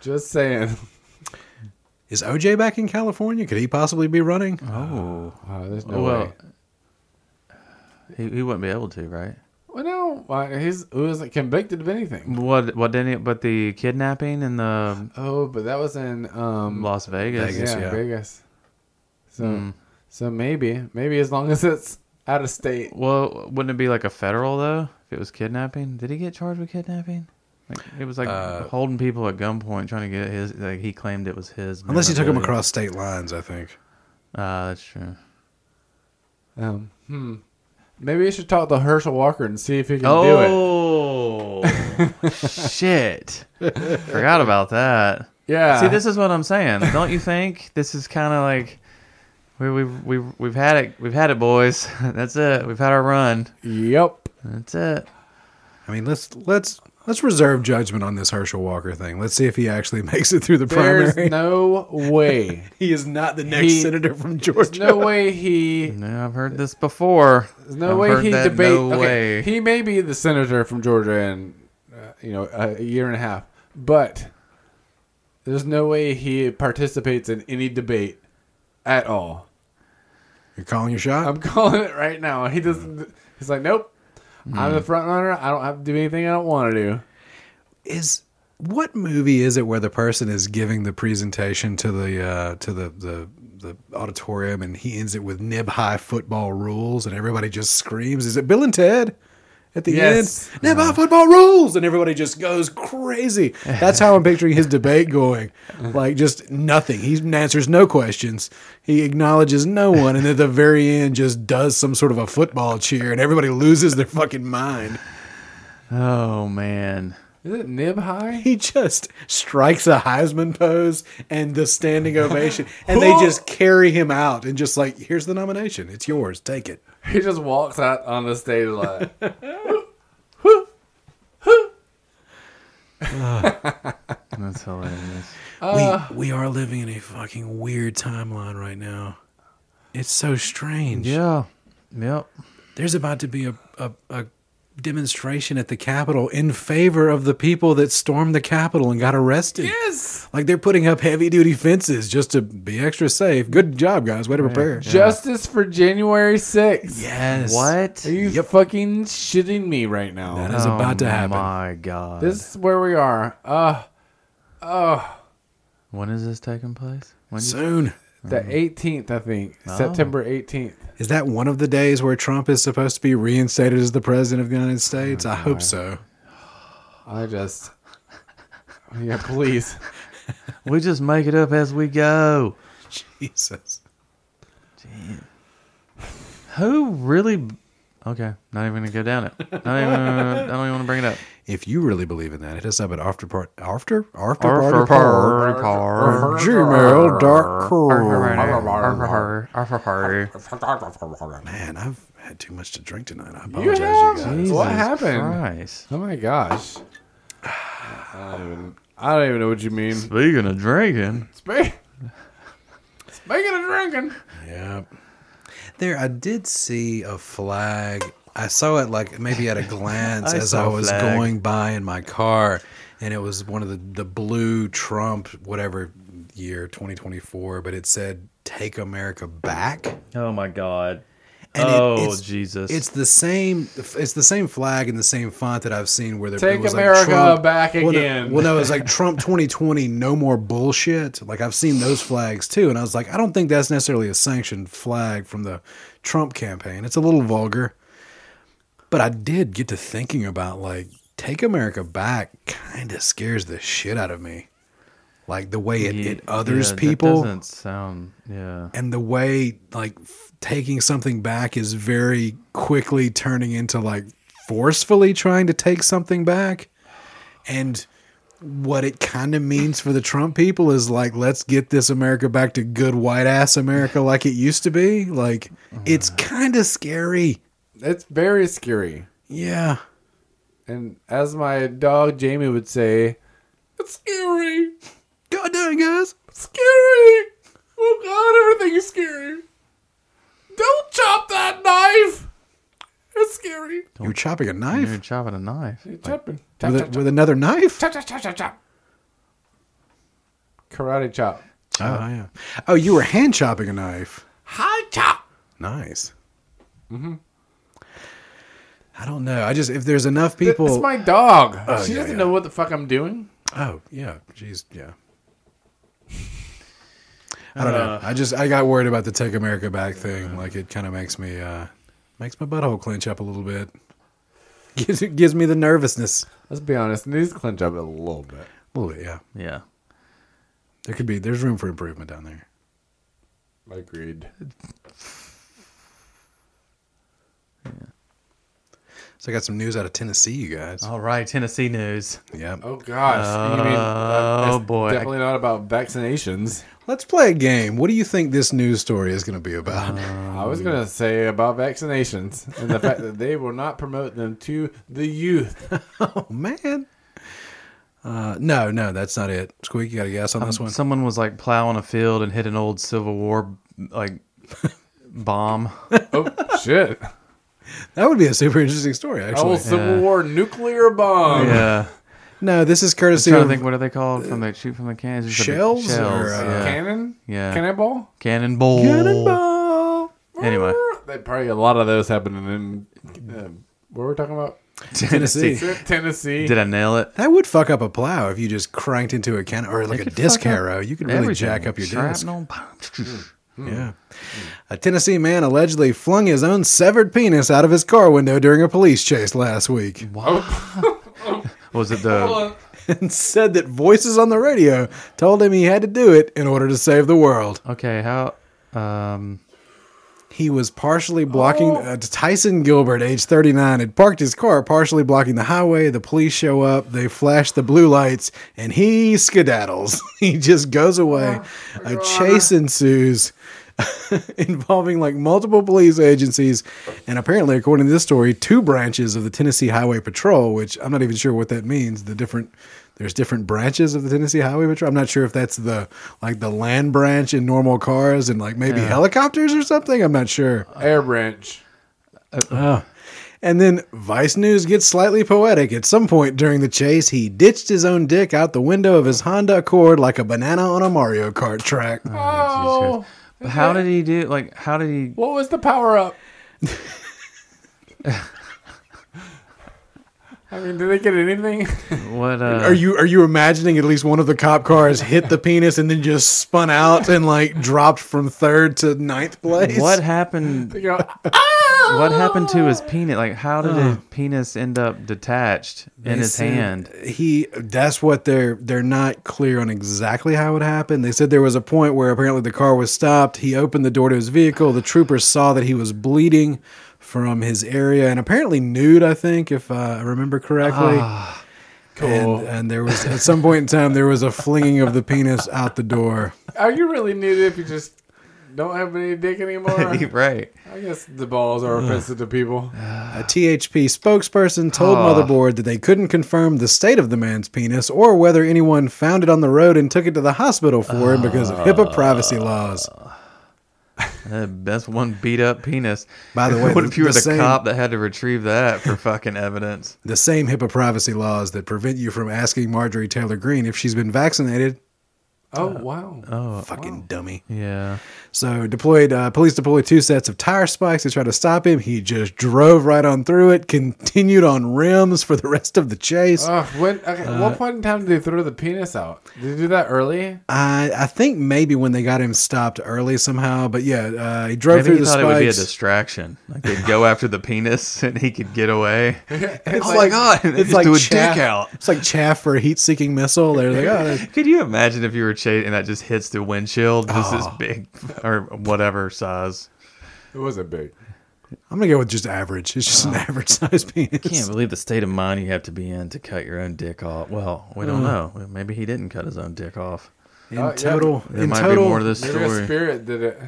Speaker 1: Just saying. [laughs]
Speaker 3: Is OJ back in California? Could he possibly be running?
Speaker 2: Oh,
Speaker 1: Oh, there's no
Speaker 2: well,
Speaker 1: way.
Speaker 2: he he wouldn't be able to, right?
Speaker 1: Well, no, why- he's who isn't convicted of anything.
Speaker 2: What what didn't? But the kidnapping and the
Speaker 1: Oh, but that was in um,
Speaker 2: Las Vegas.
Speaker 3: Vegas,
Speaker 1: yeah,
Speaker 3: yeah.
Speaker 1: Vegas. So,
Speaker 2: Mm.
Speaker 1: so maybe, maybe as long as it's out of state.
Speaker 2: Well, wouldn't it be like a federal though? If it was kidnapping, did he get charged with kidnapping? Like it was like
Speaker 3: Uh,
Speaker 2: holding people at gunpoint, trying to get his. Like he claimed it was his.
Speaker 3: Unless you took him
Speaker 2: memorabilia.
Speaker 3: across state lines, I think.
Speaker 2: Ah, that's true.
Speaker 1: Um, hmm. Maybe you should talk to Herschel Walker and see if he can do it.
Speaker 2: Oh [laughs] shit! Forgot about that.
Speaker 1: Yeah.
Speaker 2: See, this is what I'm saying. Don't you think this is kind of like we we we we've had it. We've had it, boys. [laughs] That's it. We've had our run.
Speaker 1: Yep.
Speaker 2: That's it.
Speaker 3: I mean, let's let's let's reserve judgment on this Herschel Walker thing. Let's see if he actually [laughs] makes it through the
Speaker 1: There's
Speaker 3: primary.
Speaker 1: no way.
Speaker 3: [laughs] he is not the
Speaker 1: next He-
Speaker 3: senator from
Speaker 1: There's
Speaker 3: Georgia.
Speaker 1: no way he.
Speaker 2: No, I've heard this before.
Speaker 1: There's no
Speaker 2: I've
Speaker 1: way
Speaker 2: heard
Speaker 1: he
Speaker 2: that,
Speaker 1: debate.
Speaker 2: No
Speaker 1: okay,
Speaker 2: way.
Speaker 1: He may be the senator from Georgia in, uh, you know, a, a year and a half, but there's no way he participates in any debate at all.
Speaker 3: You're calling your shot.
Speaker 1: I'm [laughs] calling it right now. He doesn't. He's like, nope. I'm the front runner. I don't have to do anything I don't want to do.
Speaker 3: is what movie is it where the person is giving the presentation to the uh, to the, the the auditorium and he ends it with nib high football rules and everybody just screams? Is it Bill and Ted? At the
Speaker 1: Yes.
Speaker 3: end, nib high football rules, and everybody just goes crazy. That's how I'm picturing his debate going, like just nothing. He answers no questions. He acknowledges no one, and at the very end, just does some sort of a football cheer, and everybody loses their fucking mind.
Speaker 2: Oh man.
Speaker 1: Is it nib high? [laughs]
Speaker 3: he just strikes a Heisman pose and the standing
Speaker 2: [laughs]
Speaker 3: ovation, and they just carry him out and just like, here's the nomination, it's yours, take it.
Speaker 1: He just walks out on the stage like.
Speaker 2: That's hilarious. Uh,
Speaker 3: we we are living in a fucking weird timeline right now. It's so strange.
Speaker 2: [laughs] Yeah. Yep.
Speaker 3: There's about to be a, a, a demonstration at the Capitol in favor of the people that stormed the Capitol and got arrested.
Speaker 1: Yes.
Speaker 3: Like they're putting up heavy duty fences just to be extra safe. Good job, guys. Way to
Speaker 1: [laughs]
Speaker 3: prepare.
Speaker 1: Justice for January 6th.
Speaker 3: Yes.
Speaker 2: What?
Speaker 1: Are you fucking shitting me right now?
Speaker 3: That is about to happen.
Speaker 2: Oh My God.
Speaker 1: This is where we are. Uh,
Speaker 2: when is this taking place? When
Speaker 3: Soon.
Speaker 1: the 18th, I think,
Speaker 2: Oh.
Speaker 1: September 18th.
Speaker 3: Is that one of the days where Trump is supposed to be reinstated as the president of the United States? I hope so. [laughs]
Speaker 1: I just, [laughs] yeah, please.
Speaker 2: We just make it up as we go.
Speaker 3: Jesus.
Speaker 2: Who really? Okay, not even gonna go down it. Not even. I don't even want to bring it up.
Speaker 3: If you really believe in that, hit us up at after part after after
Speaker 2: [laughs] Arf,
Speaker 3: party
Speaker 2: arf,
Speaker 3: par
Speaker 2: arf, arf,
Speaker 3: gmail.com.
Speaker 2: arf, arf, arf, arf.
Speaker 3: Man, I've had too much to drink tonight. I
Speaker 1: You
Speaker 3: apologize, you,
Speaker 1: have
Speaker 3: guys.
Speaker 1: it.
Speaker 2: Jesus
Speaker 1: What happened?
Speaker 2: Christ.
Speaker 1: Oh my gosh. [sighs] I don't even, I don't even know what you mean.
Speaker 2: Speaking of drinking,
Speaker 1: Speak. Speaking of drinking.
Speaker 3: Yeah. There, I did see a flag. I saw it like maybe
Speaker 2: [laughs]
Speaker 3: at a glance
Speaker 2: I
Speaker 3: as
Speaker 2: saw
Speaker 3: I
Speaker 2: a
Speaker 3: was
Speaker 2: flag.
Speaker 3: going by in my car, and it was one of the the blue Trump whatever year 2024, but it said "Take America Back."
Speaker 2: oh my God.
Speaker 3: And it-
Speaker 2: oh
Speaker 3: it's-
Speaker 2: Jesus.
Speaker 3: It's the same. It's the same flag and the same font that I've seen where the
Speaker 1: Take
Speaker 3: it was
Speaker 1: America
Speaker 3: like Trump,
Speaker 1: back
Speaker 3: well, no-
Speaker 1: again.
Speaker 3: Well, no, it's like Trump 2020, no more bullshit. Like I've seen those flags too, and I was like, I don't think that's necessarily a sanctioned flag from the Trump campaign. It's a little vulgar, but I did get to thinking about like take America back. Kind of scares the shit out of me, like the way it,
Speaker 2: Yeah,
Speaker 3: it others
Speaker 2: yeah, that
Speaker 3: people
Speaker 2: doesn't sound. Yeah.
Speaker 3: and the way like f- taking something back is very quickly turning into like forcefully trying to take something back and what it kind of means for the Trump people is like let's get this America back to good white ass America like it used to be like it's kind of scary
Speaker 1: It's very scary.
Speaker 3: yeah
Speaker 1: And as my dog Jamie would say, it's scary.
Speaker 3: god dang guys
Speaker 1: Scary. Oh God, everything is scary. Don't chop that knife. It's scary.
Speaker 3: you're chopping a
Speaker 2: You're
Speaker 3: knife
Speaker 2: chopping a knife.
Speaker 1: You're chopping. Chop,
Speaker 3: with,
Speaker 1: chop,
Speaker 3: a- with another knife
Speaker 1: chop, chop, chop, chop, chop. Karate chop.
Speaker 3: oh yeah oh you were hand chopping a knife
Speaker 1: High chop.
Speaker 3: Nice. I don't know. I just if there's enough people.
Speaker 1: it's my dog.
Speaker 3: Oh,
Speaker 1: she
Speaker 3: yeah,
Speaker 1: doesn't
Speaker 3: yeah.
Speaker 1: know what the fuck I'm doing.
Speaker 3: oh yeah, jeez, yeah. I don't know. I just I got worried about the Take America Back thing. Like it kind of makes me uh makes my butthole clench up a little bit. [laughs] Gives gives me the nervousness.
Speaker 1: Let's be honest. Knees clench up a little bit.
Speaker 3: A little bit, yeah.
Speaker 2: Yeah.
Speaker 3: There could be. There's room for improvement down there.
Speaker 1: Agreed.
Speaker 3: So I got some news out of Tennessee, you guys.
Speaker 2: All right, Tennessee news.
Speaker 3: Yep.
Speaker 1: Oh gosh. you mean, uh,
Speaker 2: Oh,
Speaker 1: it's
Speaker 2: boy.
Speaker 1: Definitely not about vaccinations.
Speaker 3: Let's play a game. What do you think this news story is going to be about?
Speaker 1: I was
Speaker 2: Um.
Speaker 1: gonna say about vaccinations and the fact that they will not promote them to the youth.
Speaker 3: Oh man. Uh, no, no, that's not it. Squeak, you got a guess on this one?
Speaker 2: Someone was like plowing a field and hit an old Civil War
Speaker 3: [laughs]
Speaker 2: like bomb. [laughs]
Speaker 1: Oh shit!
Speaker 3: That would be a super interesting story, actually.
Speaker 1: Old Civil
Speaker 2: Yeah.
Speaker 1: War nuclear
Speaker 3: Um,
Speaker 1: bomb.
Speaker 2: yeah.
Speaker 3: no, this is
Speaker 2: I'm
Speaker 3: courtesy
Speaker 2: trying
Speaker 3: of
Speaker 2: to think what are they called from they shoot from the cans? Just the big
Speaker 3: Shells
Speaker 2: shells.
Speaker 3: or, uh,
Speaker 2: yeah.
Speaker 1: Cannon.
Speaker 2: Yeah.
Speaker 1: Cannonball.
Speaker 2: Cannonball.
Speaker 3: Cannonball.
Speaker 2: Anyway.
Speaker 1: They probably a lot of those happening in uh, what we're talking about.
Speaker 3: Tennessee.
Speaker 1: Tennessee.
Speaker 2: [laughs] Did I nail it?
Speaker 3: That would fuck up a plow if you just cranked into a cannon or like a
Speaker 2: could
Speaker 3: disc
Speaker 2: fuck up
Speaker 3: harrow. You could really
Speaker 2: Everything.
Speaker 3: jack up your disc.
Speaker 2: Shrapnel. [laughs] Hmm.
Speaker 3: Yeah. A Tennessee man allegedly flung his own severed penis out of his car window during a police chase last week
Speaker 2: Was it the?
Speaker 3: and said that voices on the radio told him he had to do it in order to save the world.
Speaker 2: Okay. How? Um.
Speaker 3: He was partially blocking
Speaker 1: Oh.
Speaker 3: uh, Tyson Gilbert, age 39, had parked his car partially blocking the highway. The police show up, they flash the blue lights, and he skedaddles. [laughs] he just goes away. a chase ensues [laughs] involving like multiple police agencies, and apparently, according to this story, two branches of the Tennessee Highway Patrol, which I'm not even sure what that means. The different there's different branches of the Tennessee Highway Patrol. I'm not sure if that's the like the land branch in normal cars and like maybe helicopters or something. I'm not sure.
Speaker 1: Air branch.
Speaker 3: And then Vice News gets slightly poetic. At some point during the chase, he ditched his own dick out the window of his Honda Accord like a banana on a Mario Kart track.
Speaker 1: Oh,
Speaker 2: But how did he do? Like, how did he?
Speaker 1: what
Speaker 2: [laughs]
Speaker 1: was the power up? I mean, do they get
Speaker 2: [laughs]
Speaker 1: anything?
Speaker 2: What uh,
Speaker 3: Are you are you imagining at least one of the cop cars hit the penis and then just spun out and like dropped from third to ninth place?
Speaker 2: What happened?
Speaker 1: You know,
Speaker 2: What happened to
Speaker 3: Ah.
Speaker 2: his penis? Like, how did his penis end up detached in his
Speaker 3: said [laughs]
Speaker 2: hand?
Speaker 3: He that's what they're they're not clear on exactly how it happened. They said there was a point where apparently the car was stopped. He opened the door to his vehicle. The troopers saw that he was bleeding from his area and apparently nude, I think, if uh, I remember correctly.
Speaker 2: Ah.
Speaker 1: cool.
Speaker 3: And, and there was at some point in time there was a flinging of the penis out the door.
Speaker 1: Are you really needed if you just don't have any dick anymore?
Speaker 2: right.
Speaker 1: I guess the balls are offensive to people.
Speaker 3: A THP spokesperson told
Speaker 2: Ah.
Speaker 3: Motherboard that they couldn't confirm the state of the man's penis or whether anyone found it on the road and took it to the hospital for him because of HIPAA privacy laws.
Speaker 2: Uh, That's one beat up penis.
Speaker 3: By the way,
Speaker 2: [laughs] what
Speaker 3: the-
Speaker 2: if you were
Speaker 3: the
Speaker 2: the,
Speaker 3: same-
Speaker 2: cop that had to retrieve that for
Speaker 3: [laughs]
Speaker 2: fucking evidence?
Speaker 3: The same HIPAA privacy laws that prevent you from asking Marjorie Taylor Greene if she's been vaccinated.
Speaker 1: Oh wow!
Speaker 3: uh,
Speaker 2: Oh,
Speaker 3: Fucking dummy.
Speaker 2: yeah.
Speaker 3: So deployed uh, police deployed two sets of tire spikes to try to stop him. He just drove right on through it, continued on rims for the rest of the chase.
Speaker 1: Uh, when okay, what point in time did they throw the penis out? Did they do that early?
Speaker 3: I I think maybe when they got him stopped early somehow, but yeah, uh, he drove
Speaker 2: Maybe
Speaker 3: through
Speaker 2: he
Speaker 3: the
Speaker 2: thought
Speaker 3: spikes.
Speaker 2: it would be a distraction. Like
Speaker 3: [laughs]
Speaker 2: they'd go after the penis [laughs] and he could get away. [laughs]
Speaker 3: it's
Speaker 2: Oh [laughs] my God, they just do a
Speaker 3: chaff,
Speaker 2: dick out. [laughs]
Speaker 3: It's like chaff for a heat-seeking missile. They're like, oh, that-
Speaker 2: Could you imagine if you were chasing and that just hits the windshield? Just
Speaker 3: Oh.
Speaker 2: this big [laughs] or whatever size.
Speaker 1: It wasn't big.
Speaker 3: I'm gonna go with just average. It's just an average size penis.
Speaker 2: Oh. Can't believe the state of mind you have to be in to cut your own dick off. Well, we don't know. Maybe he didn't cut his own dick off.
Speaker 3: in
Speaker 1: Oh, yeah.
Speaker 3: total,
Speaker 2: There
Speaker 3: in
Speaker 2: might
Speaker 3: total,
Speaker 2: be more to this
Speaker 1: Maybe a
Speaker 2: story.
Speaker 1: spirit did it.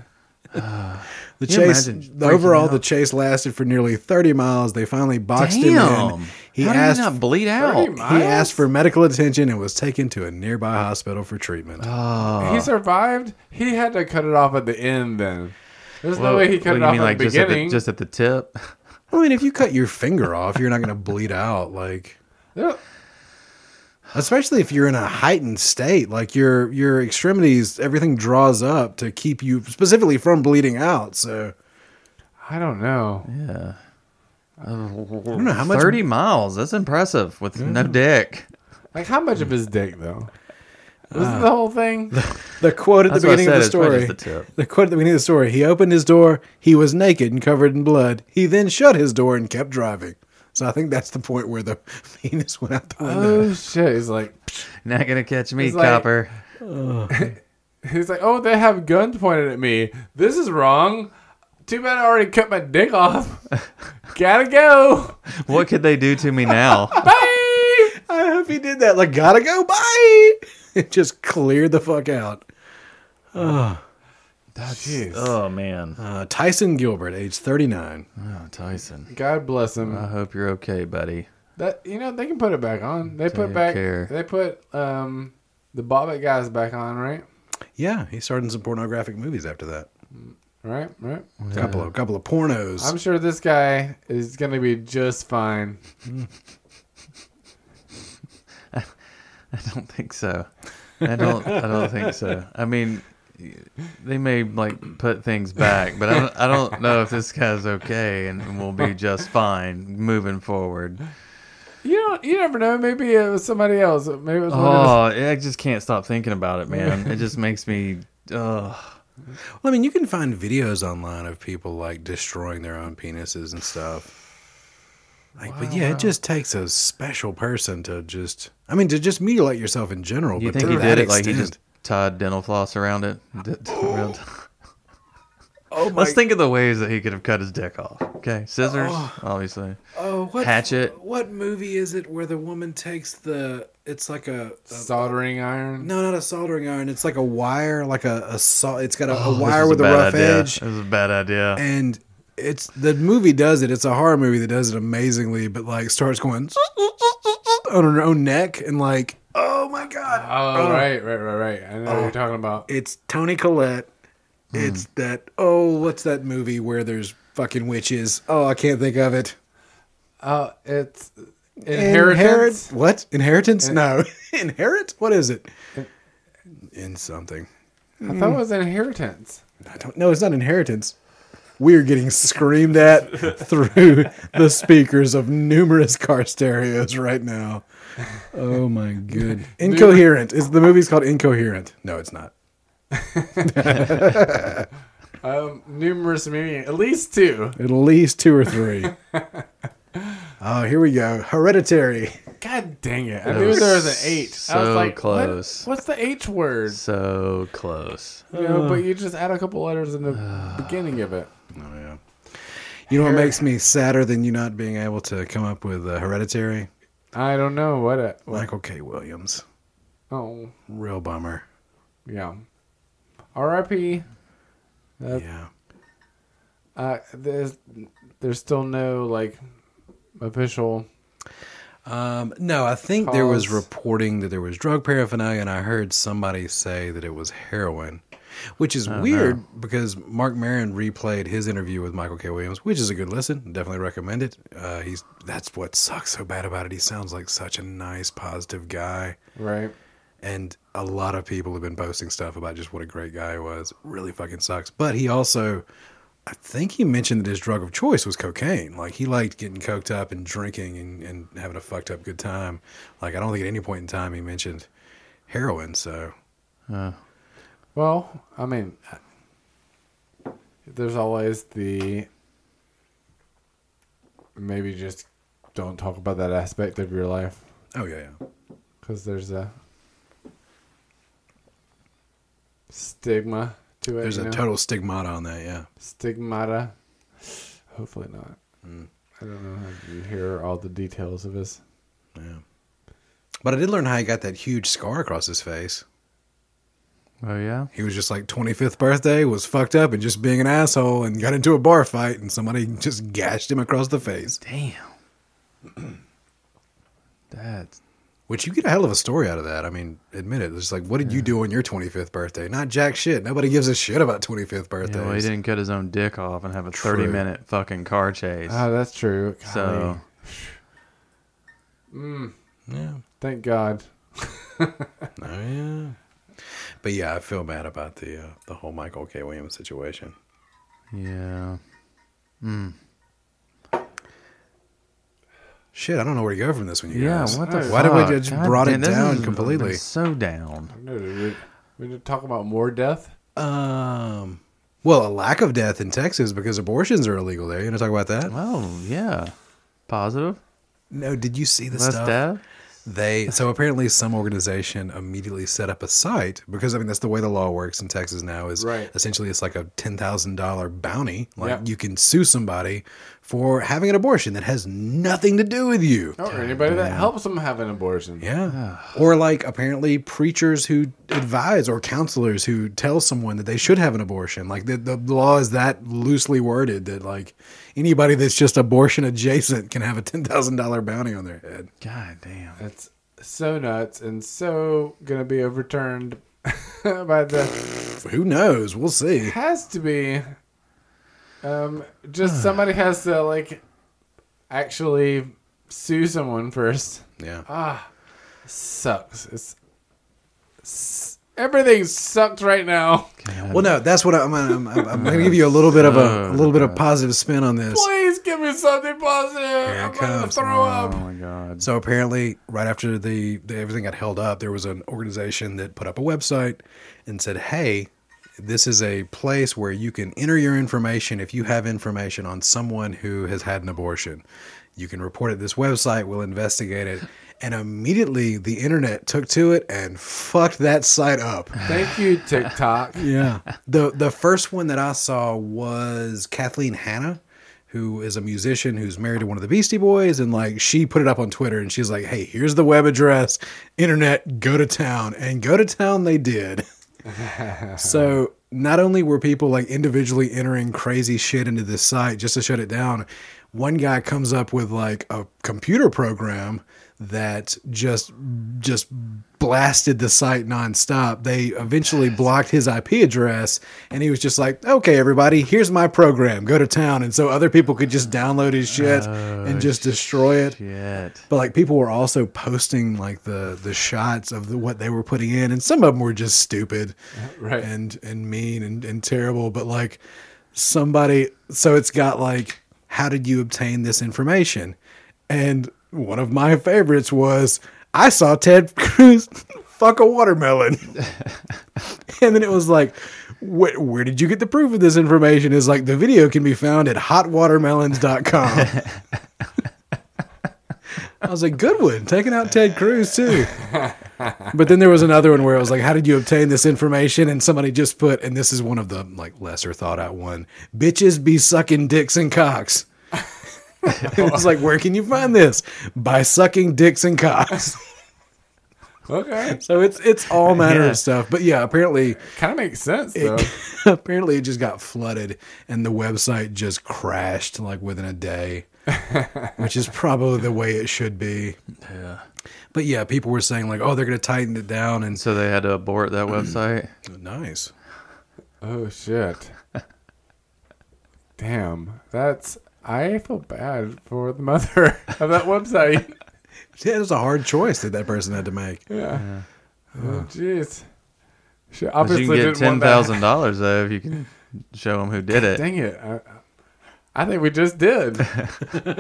Speaker 3: the
Speaker 2: Can you
Speaker 3: chase.
Speaker 2: imagine
Speaker 3: The
Speaker 2: freaking
Speaker 3: overall,
Speaker 2: out?
Speaker 3: the chase lasted for nearly 30 miles. They finally boxed him
Speaker 2: Damn.
Speaker 3: in. He
Speaker 2: He How did
Speaker 3: asked.
Speaker 2: he not bleed
Speaker 1: 30
Speaker 2: out?
Speaker 1: miles?
Speaker 3: he asked for medical attention and was taken to a nearby hospital for treatment.
Speaker 2: Uh. Oh,
Speaker 1: He survived. He had to cut it off at the end. Then there's no way he cut it off at the
Speaker 2: just, at
Speaker 1: beginning.
Speaker 2: the, just at the tip?
Speaker 3: I mean, if you cut your finger off, you're not going to bleed out. Like,
Speaker 1: There-
Speaker 3: especially if you're in a heightened state like your your extremities everything draws up to keep you specifically from bleeding out so
Speaker 1: I don't know.
Speaker 2: Yeah. I don't
Speaker 3: know how much-
Speaker 2: 30 miles. That's impressive with no
Speaker 1: Mm-hmm.
Speaker 2: dick.
Speaker 1: Like how much of his dick though? Was it the whole thing?
Speaker 3: the quote at
Speaker 2: That's
Speaker 3: the
Speaker 2: what I
Speaker 3: beginning of
Speaker 2: said,
Speaker 3: the
Speaker 2: it's probably
Speaker 3: story
Speaker 2: just the tip.
Speaker 3: quote at the beginning of the story he opened his door he was naked and covered in blood he then shut his door and kept driving so i think that's the point where the [laughs] penis went out the window
Speaker 1: Oh shit! He's like,
Speaker 2: Not going to catch me,
Speaker 1: It's like-
Speaker 2: copper.
Speaker 1: he's like, oh, they have guns pointed at me. This is wrong. Too bad I already cut my dick off. Gotta go.
Speaker 2: What could they do to
Speaker 1: [laughs]
Speaker 2: me now?
Speaker 1: Bye.
Speaker 3: Oh, i hope he did that like gotta go bye [laughs] it just cleared the fuck out
Speaker 1: Jeez.
Speaker 2: oh, man.
Speaker 3: uh, tyson gilbert age 39
Speaker 2: Oh, Tyson.
Speaker 1: God bless him.
Speaker 2: I hope you're okay, buddy.
Speaker 1: That you know they can put it back on. They put
Speaker 2: Take
Speaker 1: back.
Speaker 2: care.
Speaker 1: They put um the Bobbit guys back on, right?
Speaker 3: yeah he started in some pornographic movies after that
Speaker 1: Right, right.
Speaker 3: couple of couple of pornos
Speaker 1: I'm sure this guy is gonna be just fine.
Speaker 2: I don't think so. I don't. I don't think so. I mean, they may like put things back, but I don't. I don't know if this guy's okay and will be just fine moving forward.
Speaker 1: You don't. You never know. Maybe it was somebody else. Maybe it was one of
Speaker 2: Oh, I just can't stop thinking about it, man. It just makes me. Uh,
Speaker 3: Well, I mean, you can find videos online of people like destroying their own penises and stuff. Like, but yeah, it just takes a special person to just. I mean, to just mutilate yourself in general.
Speaker 2: you
Speaker 3: but to
Speaker 2: think he
Speaker 3: that
Speaker 2: did it like he
Speaker 3: extent-
Speaker 2: just tied dental floss around it?
Speaker 3: [laughs]
Speaker 2: Oh Let's think of the ways that he could have cut his dick off. Okay, scissors, obviously.
Speaker 3: Oh, what
Speaker 2: Hatchet.
Speaker 3: What movie is it where the woman takes the? It's like a.
Speaker 1: those soldering iron.
Speaker 3: Oh. no, not a soldering iron. It's like a wire, like a a saw. It's got a, a
Speaker 2: Oh, This
Speaker 3: wire
Speaker 2: is
Speaker 3: with a,
Speaker 2: bad
Speaker 3: rough
Speaker 2: idea.
Speaker 3: edge.
Speaker 2: This is a bad idea.
Speaker 3: and it's the movie does it. It's a horror movie that does it amazingly, but like starts going on her own neck and like, oh my god,
Speaker 1: Oh, right, right, right, right. I know what you're talking about.
Speaker 3: it's Tony Collette. It's that oh, what's that movie where there's fucking witches? Oh, I can't think of it.
Speaker 1: Oh, it's inheritance.
Speaker 3: Inherit- what inheritance? no, [laughs] inherit. What is it? In something.
Speaker 1: I thought it was inheritance.
Speaker 3: I don't know. It's not inheritance. we are getting screamed at through the speakers of numerous car stereos right now. Oh
Speaker 1: [laughs]
Speaker 3: my good. Incoherent. Is the movie's called Incoherent? No, it's not.
Speaker 1: Um, numerous meaning, at least two.
Speaker 3: At least two
Speaker 1: [laughs]
Speaker 3: or three. Oh, here we go. Hereditary.
Speaker 1: God dang it! I
Speaker 2: That
Speaker 1: knew
Speaker 2: was
Speaker 1: there was an eight. I
Speaker 2: so
Speaker 1: was like, what-
Speaker 2: close.
Speaker 1: what's the H word?
Speaker 2: So close.
Speaker 1: You know, but you just add a couple letters in the beginning of it.
Speaker 3: Oh yeah. You know what makes me sadder than you not being able to come up with uh, Hereditary?
Speaker 1: I don't know what it.
Speaker 3: Michael K. Williams.
Speaker 1: Oh,
Speaker 3: Real bummer.
Speaker 1: yeah. R.I.P. That-
Speaker 3: yeah.
Speaker 1: Uh, there's there's still no like official.
Speaker 3: Um, no, I think there was
Speaker 1: Cause-
Speaker 3: reporting that there was drug paraphernalia, and I heard somebody say that it was heroin, which is weird because Mark Maron replayed his interview with Michael K. Williams, which is a good listen. Definitely recommend it. Uh, he's that's what sucks so bad about it. He sounds like such a nice, positive guy,
Speaker 1: Right.
Speaker 3: and a lot of people have been posting stuff about just what a great guy he was. Really fucking sucks. But he also. I think he mentioned that his drug of choice was cocaine. Like he liked getting coked up and drinking and, and having a fucked up good time. Like I don't think at any point in time he mentioned heroin. So
Speaker 2: Uh,
Speaker 1: Well, I mean, there's always the maybe just don't talk about that aspect of your life
Speaker 3: oh yeah, yeah.
Speaker 1: because there's a stigma to it.
Speaker 3: There's
Speaker 1: you
Speaker 3: a
Speaker 1: know?
Speaker 3: total stigmata on that. Yeah.
Speaker 1: stigmata. Hopefully not.
Speaker 3: Mm.
Speaker 1: I don't know how you hear all the details of this.
Speaker 3: Yeah. But I did learn how he got that huge scar across his face.
Speaker 2: Oh yeah.
Speaker 3: He was just like 25th birthday was fucked up and just being an asshole and got into a bar fight and somebody just gashed him across the face.
Speaker 2: Damn. [clears throat] That's
Speaker 3: Which you get a hell of a story out of that. I mean, admit it. It's like, what did you do on your 25th birthday? Not jack shit. Nobody gives a shit about 25th birthdays.
Speaker 2: yeah, well, he didn't cut his own dick off and have a
Speaker 3: True.
Speaker 2: thirty-minute fucking car chase.
Speaker 1: Ah, that's true.
Speaker 2: so
Speaker 1: Golly. Mm,
Speaker 3: Yeah.
Speaker 1: thank God.
Speaker 3: Oh, yeah. But yeah, I feel bad about the uh, the whole Michael K. Williams situation.
Speaker 2: yeah. Hmm.
Speaker 3: Shit, I don't know where to go from this one. You
Speaker 2: Yeah,
Speaker 3: guys.
Speaker 2: what the
Speaker 3: Why
Speaker 2: fuck?
Speaker 3: did we just
Speaker 2: God
Speaker 3: brought
Speaker 2: damn,
Speaker 3: it
Speaker 2: this
Speaker 3: down
Speaker 2: has
Speaker 3: completely?
Speaker 2: been So down.
Speaker 1: I don't know, did we, we need to talk about more death.
Speaker 3: Um, well, a lack of death in Texas because abortions are illegal there. You want to talk about that?
Speaker 2: Well, yeah. Positive.
Speaker 3: No, did you see the
Speaker 2: Less
Speaker 3: stuff?
Speaker 2: death.
Speaker 3: They so apparently some organization immediately set up a site because I mean that's the way the law works in Texas now is
Speaker 1: Right.
Speaker 3: essentially it's like a ten thousand dollar bounty like
Speaker 1: Yep.
Speaker 3: you can sue somebody for having an abortion that has nothing to do with you
Speaker 1: Or anybody that helps them have an abortion.
Speaker 3: yeah or like apparently preachers who advise or counselors who tell someone that they should have an abortion like the, the law is that loosely worded that like anybody that's just abortion adjacent can have a ten thousand dollar bounty on their head
Speaker 2: God damn.
Speaker 1: It's so nuts and so going to be overturned [laughs] by the.
Speaker 3: who knows we'll see.
Speaker 1: has to be. Um, just somebody
Speaker 3: [sighs]
Speaker 1: has to, like, actually sue someone first.
Speaker 3: Yeah.
Speaker 1: Ah, sucks. It's, s- everything sucked right
Speaker 3: [laughs]
Speaker 1: now.
Speaker 2: God.
Speaker 3: Well, no, that's what I- I'm. I'm, I'm, I'm going to give you a little bit of a, a little bit of positive spin on this.
Speaker 1: Please give me something positive.
Speaker 3: it
Speaker 1: I'm gonna
Speaker 3: comes.
Speaker 1: throw
Speaker 2: Oh
Speaker 1: up.
Speaker 2: my god.
Speaker 3: So apparently, right after the, the everything got held up, there was an organization that put up a website and said, "Hey, this is a place where you can enter your information if you have information on someone who has had an abortion. You can report it. to This website will investigate it." And immediately, the internet took to it and fucked that site up.
Speaker 1: Thank you,
Speaker 3: [laughs]
Speaker 1: TikTok.
Speaker 3: Yeah. the The first one that I saw was Kathleen Hanna, who is a musician who's married to one of the Beastie Boys, and like she put it up on Twitter, and she's like, "Hey, here's the web address, internet, go to town," and go to town they did. [laughs] so not only were people like individually entering crazy shit into this site just to shut it down, one guy comes up with like a computer program that just just blasted the site nonstop. They eventually blocked his IP address and he was just like, "Okay, everybody, here's my program. Go to town." And so other people could just download his shit and just destroy it.
Speaker 2: Shit.
Speaker 3: But like people were also posting like the the shots of the, what they were putting in, and some of them were just stupid,
Speaker 1: Right.
Speaker 3: And and mean and, and terrible. But like somebody so it's got like how did you obtain this information and one of my favorites was i saw ted cruz [laughs] fuck a watermelon [laughs] and then it was like where, where did you get the proof of this information is like the video can be found at hotwatermelons.com i was like good one taking out ted cruz too [laughs] but then there was another one where it was like, "How did you obtain this information?" And somebody just put, and this is one of the like lesser thought out one. Bitches be sucking dicks and cocks. [laughs] it was like, where can you find this? By sucking dicks and cocks. [laughs]
Speaker 1: Okay.
Speaker 3: So it's it's all manner
Speaker 2: Yeah.
Speaker 3: of stuff. But yeah, apparently
Speaker 1: Kind of makes sense though.
Speaker 3: it, [laughs] apparently it just got flooded and the website just crashed like within a [laughs] day, which is probably the way it should be. Yeah. But yeah, people were saying like, oh, they're going to tighten it down and
Speaker 2: So they had to abort that
Speaker 3: [clears throat]
Speaker 2: website.
Speaker 3: nice.
Speaker 1: Oh shit. Damn. That's I feel bad for the mother [laughs] of that website.
Speaker 2: [laughs]
Speaker 3: Yeah, it was a hard choice that that person had to make.
Speaker 1: Yeah. Oh jeez. She
Speaker 2: But you
Speaker 1: obviously
Speaker 2: can get
Speaker 1: didn't
Speaker 2: ten
Speaker 1: want [laughs]
Speaker 2: thousand dollars though if you can show them who did
Speaker 1: that.
Speaker 2: it.
Speaker 1: Dang it. I, I think we just
Speaker 2: [laughs]
Speaker 1: did.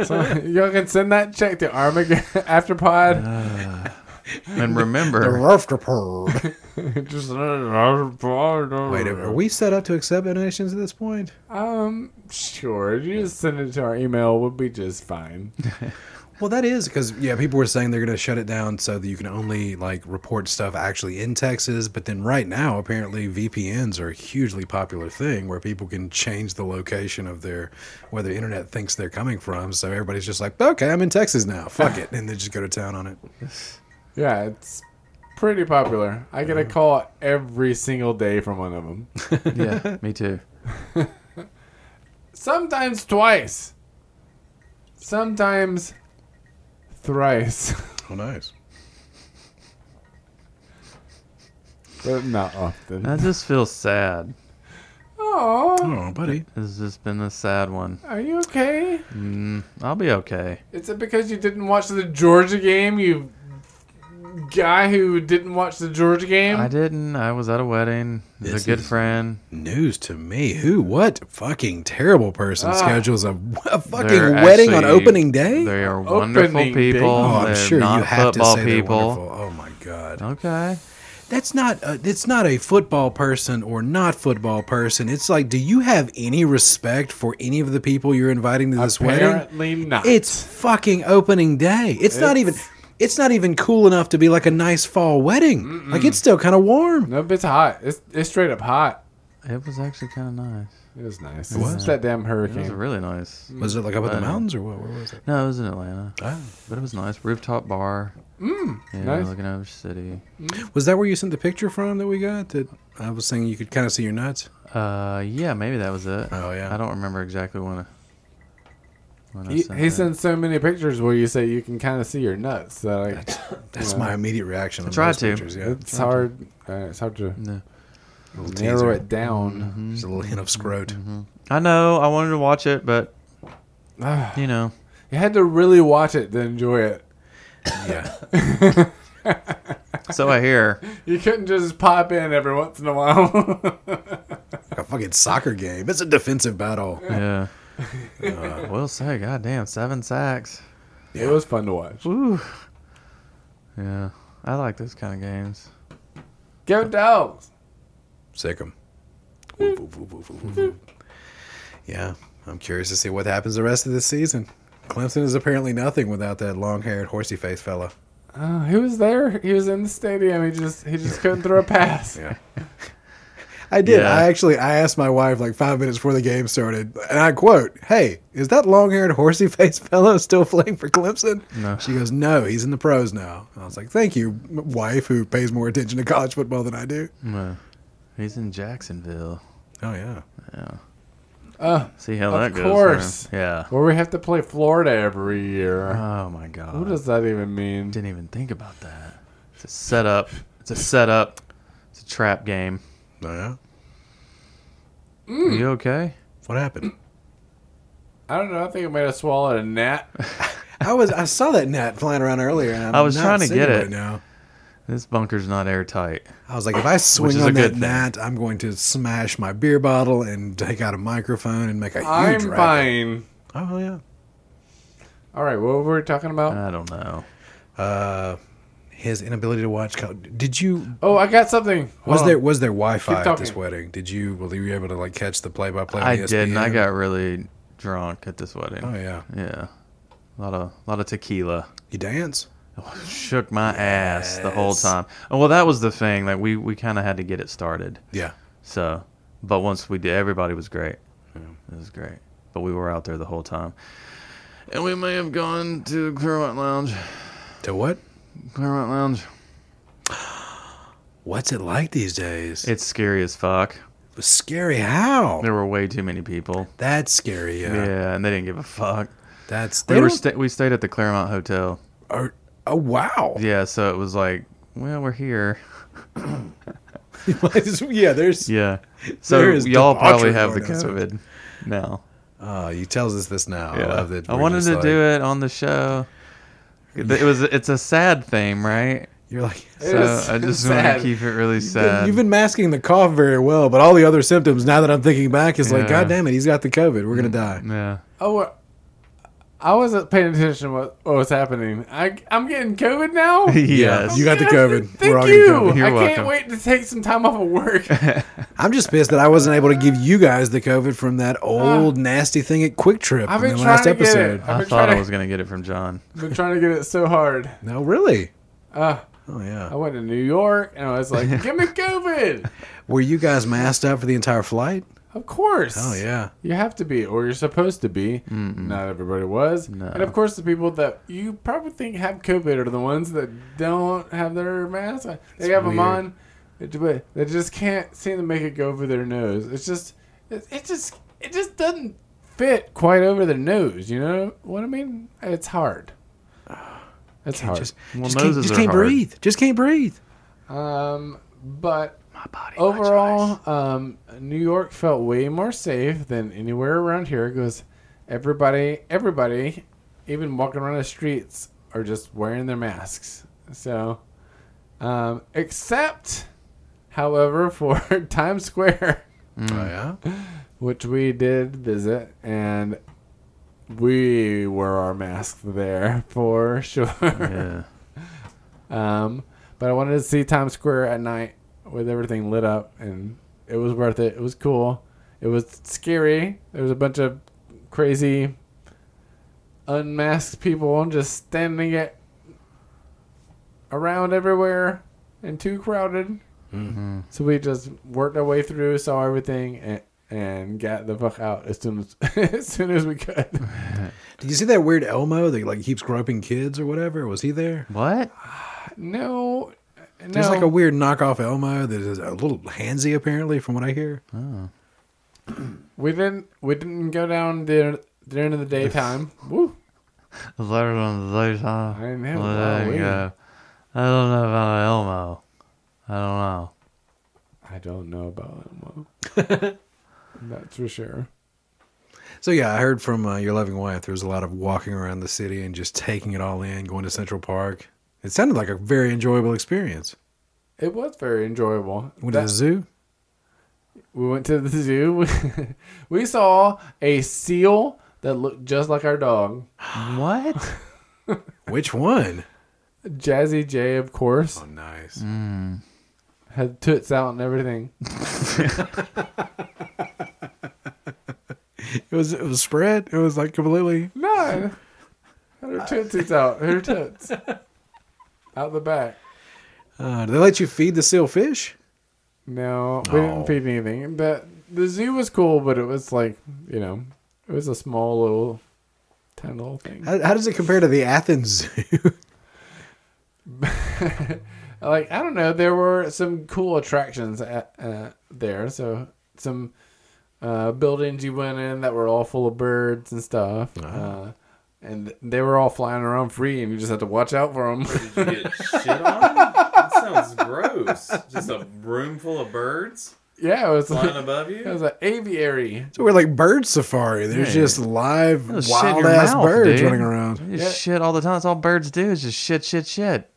Speaker 1: so y'all can send that check to Armageddon [laughs] Afterpod.
Speaker 3: [laughs]
Speaker 2: And
Speaker 3: The
Speaker 2: remember,
Speaker 3: rafter purr.
Speaker 1: just Afterpod.
Speaker 3: Wait, are we set up to accept donations at this point?
Speaker 1: Um, sure. You just send it to our email. We'll be just fine.
Speaker 3: Well, that is because yeah, people were saying they're going to shut it down so that you can only like report stuff actually in Texas. But then right now, apparently VPNs are a hugely popular thing where people can change the location of their where the internet thinks they're coming from. So everybody's just like, okay, I'm in Texas now. Fuck it, and they just go to town on it.
Speaker 1: Yeah, it's pretty popular. I get a call every single day from one of them.
Speaker 2: yeah, me too.
Speaker 1: Sometimes twice. Sometimes thrice. [laughs]
Speaker 3: Oh, nice.
Speaker 1: but not often.
Speaker 2: I just feel sad.
Speaker 1: Oh,
Speaker 3: Oh, buddy.
Speaker 2: This has just been a sad one.
Speaker 1: are you okay?
Speaker 2: Mm, I'll be okay.
Speaker 1: Is it because you didn't watch the Georgia game? You guy who didn't watch the Georgia game?
Speaker 2: I didn't. I was at a wedding. It was
Speaker 3: This
Speaker 2: a good
Speaker 3: is-
Speaker 2: friend.
Speaker 3: News to me. Who? What? Fucking terrible person
Speaker 1: Ah.
Speaker 3: schedules a, a fucking
Speaker 2: They're
Speaker 3: wedding on
Speaker 2: actually-
Speaker 3: opening day.
Speaker 2: They are wonderful
Speaker 1: Opening day.
Speaker 2: people.
Speaker 3: oh, I'm
Speaker 2: They're
Speaker 3: sure you
Speaker 2: not
Speaker 3: have to
Speaker 2: football
Speaker 3: say they're
Speaker 2: people.
Speaker 3: wonderful. Oh my god,
Speaker 2: Okay.
Speaker 3: that's not. A, it's not a football person or not football person. It's like, do you have any respect for any of the people you're inviting to this wedding?
Speaker 1: Apparently not.
Speaker 3: It's fucking opening day. It's, not even.
Speaker 1: It's-
Speaker 3: It's not even cool enough to be like a nice fall wedding. Like it's still kind of warm.
Speaker 1: nope. It's hot. It's it's straight up hot.
Speaker 2: It was actually kind of nice.
Speaker 1: It was nice.
Speaker 3: was.
Speaker 1: It's that damn
Speaker 2: It was
Speaker 1: hurricane.
Speaker 2: really nice.
Speaker 3: Was it like up in the
Speaker 2: I know.
Speaker 3: mountains or what? Where was it?
Speaker 2: No, it was in Atlanta,
Speaker 3: Mm. Ah.
Speaker 2: but it was nice. Rooftop bar. Mm, yeah,
Speaker 1: nice.
Speaker 2: looking over the city.
Speaker 3: Was that where you sent the picture from that we got? That I was saying you could kind of see your nuts.
Speaker 2: Uh, yeah, maybe that was it.
Speaker 3: Oh, yeah.
Speaker 2: I don't remember exactly when. I, when I
Speaker 1: He,
Speaker 2: sent
Speaker 1: he
Speaker 2: that.
Speaker 3: uh,
Speaker 1: sends so many pictures where you say you can kind of see your nuts. So like,
Speaker 3: That's
Speaker 1: Yeah.
Speaker 3: my immediate reaction. I
Speaker 2: tried to.
Speaker 3: Pictures, yeah.
Speaker 1: it's hard. Uh, it's hard to
Speaker 2: No.
Speaker 3: Little teaser.
Speaker 1: narrow it down.
Speaker 3: Just a little hint of scrote.
Speaker 2: I know. I wanted to watch it, but
Speaker 1: Ah,
Speaker 2: you know,
Speaker 1: you had to really watch it to enjoy it.
Speaker 3: Yeah.
Speaker 2: so
Speaker 3: [laughs]
Speaker 2: I hear.
Speaker 1: [laughs] You couldn't just pop in every once in a while. [laughs]
Speaker 3: Like a fucking soccer game. It's a defensive battle.
Speaker 1: [laughs]
Speaker 2: Yeah. Uh, will say, goddamn, seven sacks.
Speaker 1: It was fun to watch.
Speaker 2: Woo. Yeah, I like those kind of games.
Speaker 1: Go dogs.
Speaker 3: Sick 'em. Woof, woof, woof, woof, woof, woof. Yeah. I'm curious to see what happens the rest of this season. Clemson is apparently nothing without that long haired, horsey faced fella.
Speaker 1: Oh, he was there. He was in the stadium. He just he just couldn't throw a pass.
Speaker 3: [laughs] Yeah. I did.
Speaker 2: Yeah.
Speaker 3: I actually I asked my wife like five minutes before the game started, and I quote, "Hey, is that long-haired [laughs] horsey-faced fellow still playing for Clemson?"
Speaker 2: No.
Speaker 3: She goes, "No, he's in the pros now." I was like, "Thank you, m- wife, who pays more attention to college football than I do."
Speaker 2: No. He's in Jacksonville.
Speaker 3: Oh yeah,
Speaker 2: Yeah.
Speaker 1: Uh,
Speaker 2: See how
Speaker 1: Of
Speaker 2: that goes. man.
Speaker 1: course.
Speaker 2: Yeah.
Speaker 1: where we have to play Florida every
Speaker 3: Uh-huh.
Speaker 1: year.
Speaker 2: Oh my god.
Speaker 1: What does that even mean?
Speaker 2: Didn't even think about that. It's a setup. It's a setup. It's a trap game.
Speaker 3: oh yeah.
Speaker 1: Hmm.
Speaker 2: Are you okay?
Speaker 3: What happened?
Speaker 1: I don't know. I think it might have swallowed a gnat.
Speaker 3: I was I saw that net flying around earlier, and I'm
Speaker 2: I was
Speaker 3: not
Speaker 2: trying to
Speaker 3: seeing
Speaker 2: get
Speaker 3: right
Speaker 2: it.
Speaker 3: now.
Speaker 2: This bunker's not airtight.
Speaker 3: I was like, if I swing
Speaker 2: is a
Speaker 3: on
Speaker 2: good
Speaker 3: that
Speaker 2: thing.
Speaker 3: mat, I'm going to smash my beer bottle and take out a microphone and make a huge
Speaker 1: I'm
Speaker 3: racket.
Speaker 1: fine.
Speaker 3: Oh yeah.
Speaker 1: All right, what were we talking about?
Speaker 2: I don't know.
Speaker 3: Uh, his inability to watch. Co- Did you?
Speaker 1: oh, I got something.
Speaker 3: Was
Speaker 1: Hold
Speaker 3: there
Speaker 1: on.
Speaker 3: was there Wi-Fi
Speaker 1: Keep
Speaker 3: at this
Speaker 1: talking.
Speaker 3: wedding? Did you? Were you able to like catch the
Speaker 1: Oh,
Speaker 3: play-by-play? on E
Speaker 2: I
Speaker 3: ESPN?
Speaker 2: didn't. I got really drunk at this wedding.
Speaker 3: Oh yeah.
Speaker 2: Yeah. A lot of lot of tequila.
Speaker 3: You dance.
Speaker 2: Shook my ass the whole
Speaker 3: Yes.
Speaker 2: time. Oh, well, that was the thing. Like we we kind of had to get it started.
Speaker 3: Yeah.
Speaker 2: So, but once we did, everybody was great. It was great. But we were out there the whole time. And we may have gone to Claremont Lounge.
Speaker 3: To what?
Speaker 2: Claremont Lounge.
Speaker 3: What's it like these days?
Speaker 2: It's scary as fuck.
Speaker 3: It was scary. How?
Speaker 2: There were way too many people.
Speaker 3: That's scary. Yeah.
Speaker 2: Yeah, and they didn't give a fuck.
Speaker 3: That's.
Speaker 2: We
Speaker 3: they
Speaker 2: were
Speaker 3: don't-
Speaker 2: sta- we stayed at the Claremont Hotel.
Speaker 3: are- oh wow.
Speaker 2: Yeah, so it was like, well, we're here.
Speaker 3: [laughs] yeah. There's. [laughs]
Speaker 2: Yeah. So
Speaker 3: There is
Speaker 2: y'all
Speaker 3: debauchery
Speaker 2: probably have the
Speaker 3: going on.
Speaker 2: COVID now.
Speaker 3: Oh, you tells us this now. I love that.
Speaker 2: I
Speaker 3: we're
Speaker 2: wanted
Speaker 3: just
Speaker 2: to
Speaker 3: like-
Speaker 2: do it on the show. [laughs] It was it's a sad theme, right?
Speaker 3: You're like.
Speaker 2: So
Speaker 1: is
Speaker 2: I just want
Speaker 1: sad.
Speaker 2: to keep it really
Speaker 3: Then
Speaker 2: sad.
Speaker 1: Um,
Speaker 3: You've been masking the cough very well, but all the other symptoms, now that I'm thinking back, is like,
Speaker 2: Yeah.
Speaker 3: God damn it, he's got the COVID. We're going to die.
Speaker 2: yeah.
Speaker 3: [laughs]
Speaker 1: Oh, uh, I wasn't paying attention to what, what was happening. I, I'm getting COVID now?
Speaker 3: [laughs]
Speaker 2: yes. [laughs]
Speaker 3: you got the
Speaker 1: Yes,
Speaker 3: COVID.
Speaker 1: Thank
Speaker 3: We're all getting
Speaker 1: you.
Speaker 3: COVID.
Speaker 2: You're
Speaker 1: I
Speaker 2: welcome.
Speaker 1: can't wait to take some time off of work. [laughs]
Speaker 3: I'm just pissed that I wasn't able to give you guys the COVID from that old nasty thing at Quick Trip
Speaker 1: I've
Speaker 3: in
Speaker 1: been
Speaker 3: the
Speaker 1: trying
Speaker 3: last
Speaker 1: to get it.
Speaker 3: episode.
Speaker 1: I've
Speaker 2: I
Speaker 1: been
Speaker 2: thought
Speaker 1: trying
Speaker 2: I
Speaker 1: to-
Speaker 2: was gonna get it from John.
Speaker 1: been trying to get it so hard.
Speaker 3: No, really?
Speaker 1: Uh,
Speaker 3: Oh,
Speaker 1: I
Speaker 3: yeah.
Speaker 1: went to New York and I was
Speaker 3: [laughs]
Speaker 1: like, give me COVID.
Speaker 3: Were you guys masked up for the entire flight?
Speaker 1: Of course.
Speaker 3: Oh, yeah.
Speaker 1: You have to be, or you're supposed to be. Not everybody was. And of course, the people that you probably think have COVID are the ones that don't have their mask on. They have them
Speaker 3: weird.
Speaker 1: on, but they just can't seem to make it go over their nose. It's just, it, it just, it just doesn't fit quite over their nose. You know what I mean? It's
Speaker 3: [sighs]
Speaker 1: hard. It's hard.
Speaker 3: Just,
Speaker 2: Well,
Speaker 3: just can't,
Speaker 2: noses
Speaker 3: just
Speaker 2: are
Speaker 3: can't
Speaker 2: hard.
Speaker 3: breathe. Just can't breathe.
Speaker 1: Um, but
Speaker 2: My body.
Speaker 3: [laughs]
Speaker 1: overall, um, New York felt way more safe than anywhere around here because everybody, everybody, even walking around the streets, are just wearing their masks. So, um, except, however, [laughs] for Times Square,
Speaker 3: Oh, yeah.
Speaker 1: which we did visit, and we wore our masks there for [laughs] sure.
Speaker 2: Yeah.
Speaker 1: Um, but I wanted to see Times Square at night with everything lit up, and it was worth it. It was cool. It was scary. There was a bunch of crazy, unmasked people just standing it around everywhere and too crowded.
Speaker 3: Mm-hmm.
Speaker 1: So we just worked our way through, saw everything, and, and got the fuck out as soon as, [laughs] as soon as we
Speaker 3: [laughs]
Speaker 1: could.
Speaker 3: Did you see that weird Elmo that like keeps groping kids or whatever? Was he there?
Speaker 2: What?
Speaker 1: No, no.
Speaker 3: There's like a weird knockoff Elmo that is a little handsy apparently, from what I hear.
Speaker 1: We didn't. We didn't go down there during [laughs] the daytime. Woo.
Speaker 2: Later on the daytime.
Speaker 1: I didn't have a
Speaker 2: Well,
Speaker 1: lot of
Speaker 2: there you
Speaker 1: weed.
Speaker 2: go. I don't know about Elmo. I don't know.
Speaker 1: I don't know about Elmo. [laughs] That's for sure.
Speaker 3: So yeah, I heard from uh, your loving wife. There was a lot of walking around the city and just taking it all in, going to Central Park. It sounded like a very enjoyable experience.
Speaker 1: It was very enjoyable.
Speaker 3: Went to
Speaker 1: That-
Speaker 3: the zoo.
Speaker 1: we went to the zoo. [laughs] we saw a seal that looked just like our dog,
Speaker 2: What?
Speaker 3: Which one?
Speaker 1: Jazzy J. Of course,
Speaker 3: Oh, nice.
Speaker 2: Mm.
Speaker 1: had toots out and [laughs] everything.
Speaker 3: It was it was spread. It was like completely.
Speaker 1: No, had her tootsies out. Her [laughs] toots out the back.
Speaker 3: Uh, do they let you feed the seal fish?
Speaker 1: No, we
Speaker 3: No.
Speaker 1: didn't feed anything. But the zoo was cool, but it was like you know, it was a small little, tiny little thing.
Speaker 3: How, how does it compare to the Athens Zoo?
Speaker 1: [laughs]
Speaker 3: [laughs]
Speaker 1: Like I don't know, there were some cool attractions at, uh, there. So some uh, buildings you went in that were all full of birds and stuff,
Speaker 3: Uh-huh.
Speaker 1: uh, and they were all flying around free, and you just had to watch out for them.
Speaker 4: [laughs] Did you get shit on? That sounds gross. Just a room full of birds
Speaker 1: [laughs] yeah, it was
Speaker 4: flying
Speaker 1: like,
Speaker 4: above
Speaker 1: it was
Speaker 4: you.
Speaker 1: an aviary.
Speaker 3: so we're like bird safari. There's
Speaker 2: Yeah.
Speaker 3: just live
Speaker 2: Those shit in
Speaker 3: wild
Speaker 2: your
Speaker 3: ass
Speaker 2: mouth,
Speaker 3: birds
Speaker 2: dude.
Speaker 3: running around.
Speaker 2: They just
Speaker 1: Yeah.
Speaker 2: shit all the time. That's all birds do is just shit, shit, shit.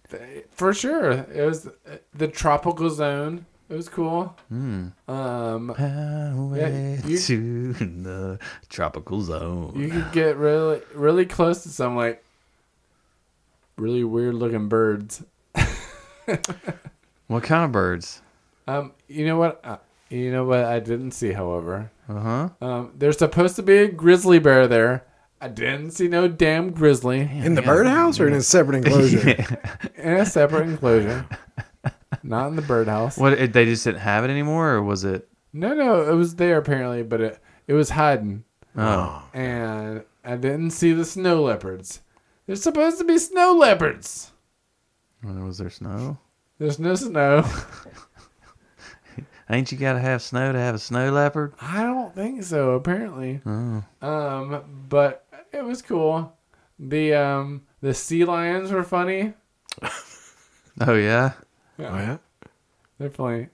Speaker 1: for sure. It was uh, the tropical zone. It was cool. Um,
Speaker 2: Highway
Speaker 1: you-
Speaker 2: to the tropical zone.
Speaker 1: you could get really, really close to some like really weird looking birds.
Speaker 2: what kind of birds?
Speaker 1: Um, you know what? Uh, you know what? I didn't see, however.
Speaker 2: Uh huh.
Speaker 1: Um, there's supposed to be a grizzly bear there. I didn't see no damn grizzly
Speaker 3: In the birdhouse or in a
Speaker 2: [laughs]
Speaker 3: separate enclosure?
Speaker 1: in a separate enclosure. Not in the birdhouse.
Speaker 2: What? It, they just didn't have it anymore, or was it?
Speaker 1: No, no, it was there apparently, but it it was hiding,
Speaker 2: Oh,
Speaker 1: and I didn't see the snow leopards. There's supposed to be snow leopards.
Speaker 2: was there snow?
Speaker 1: There's no snow. [laughs]
Speaker 2: Ain't you gotta have snow to have a snow leopard?
Speaker 1: I don't think so. Apparently,
Speaker 2: Oh,
Speaker 1: um, but it was cool. The um the sea lions were funny.
Speaker 2: oh yeah.
Speaker 3: Oh, yeah?
Speaker 1: They're funny.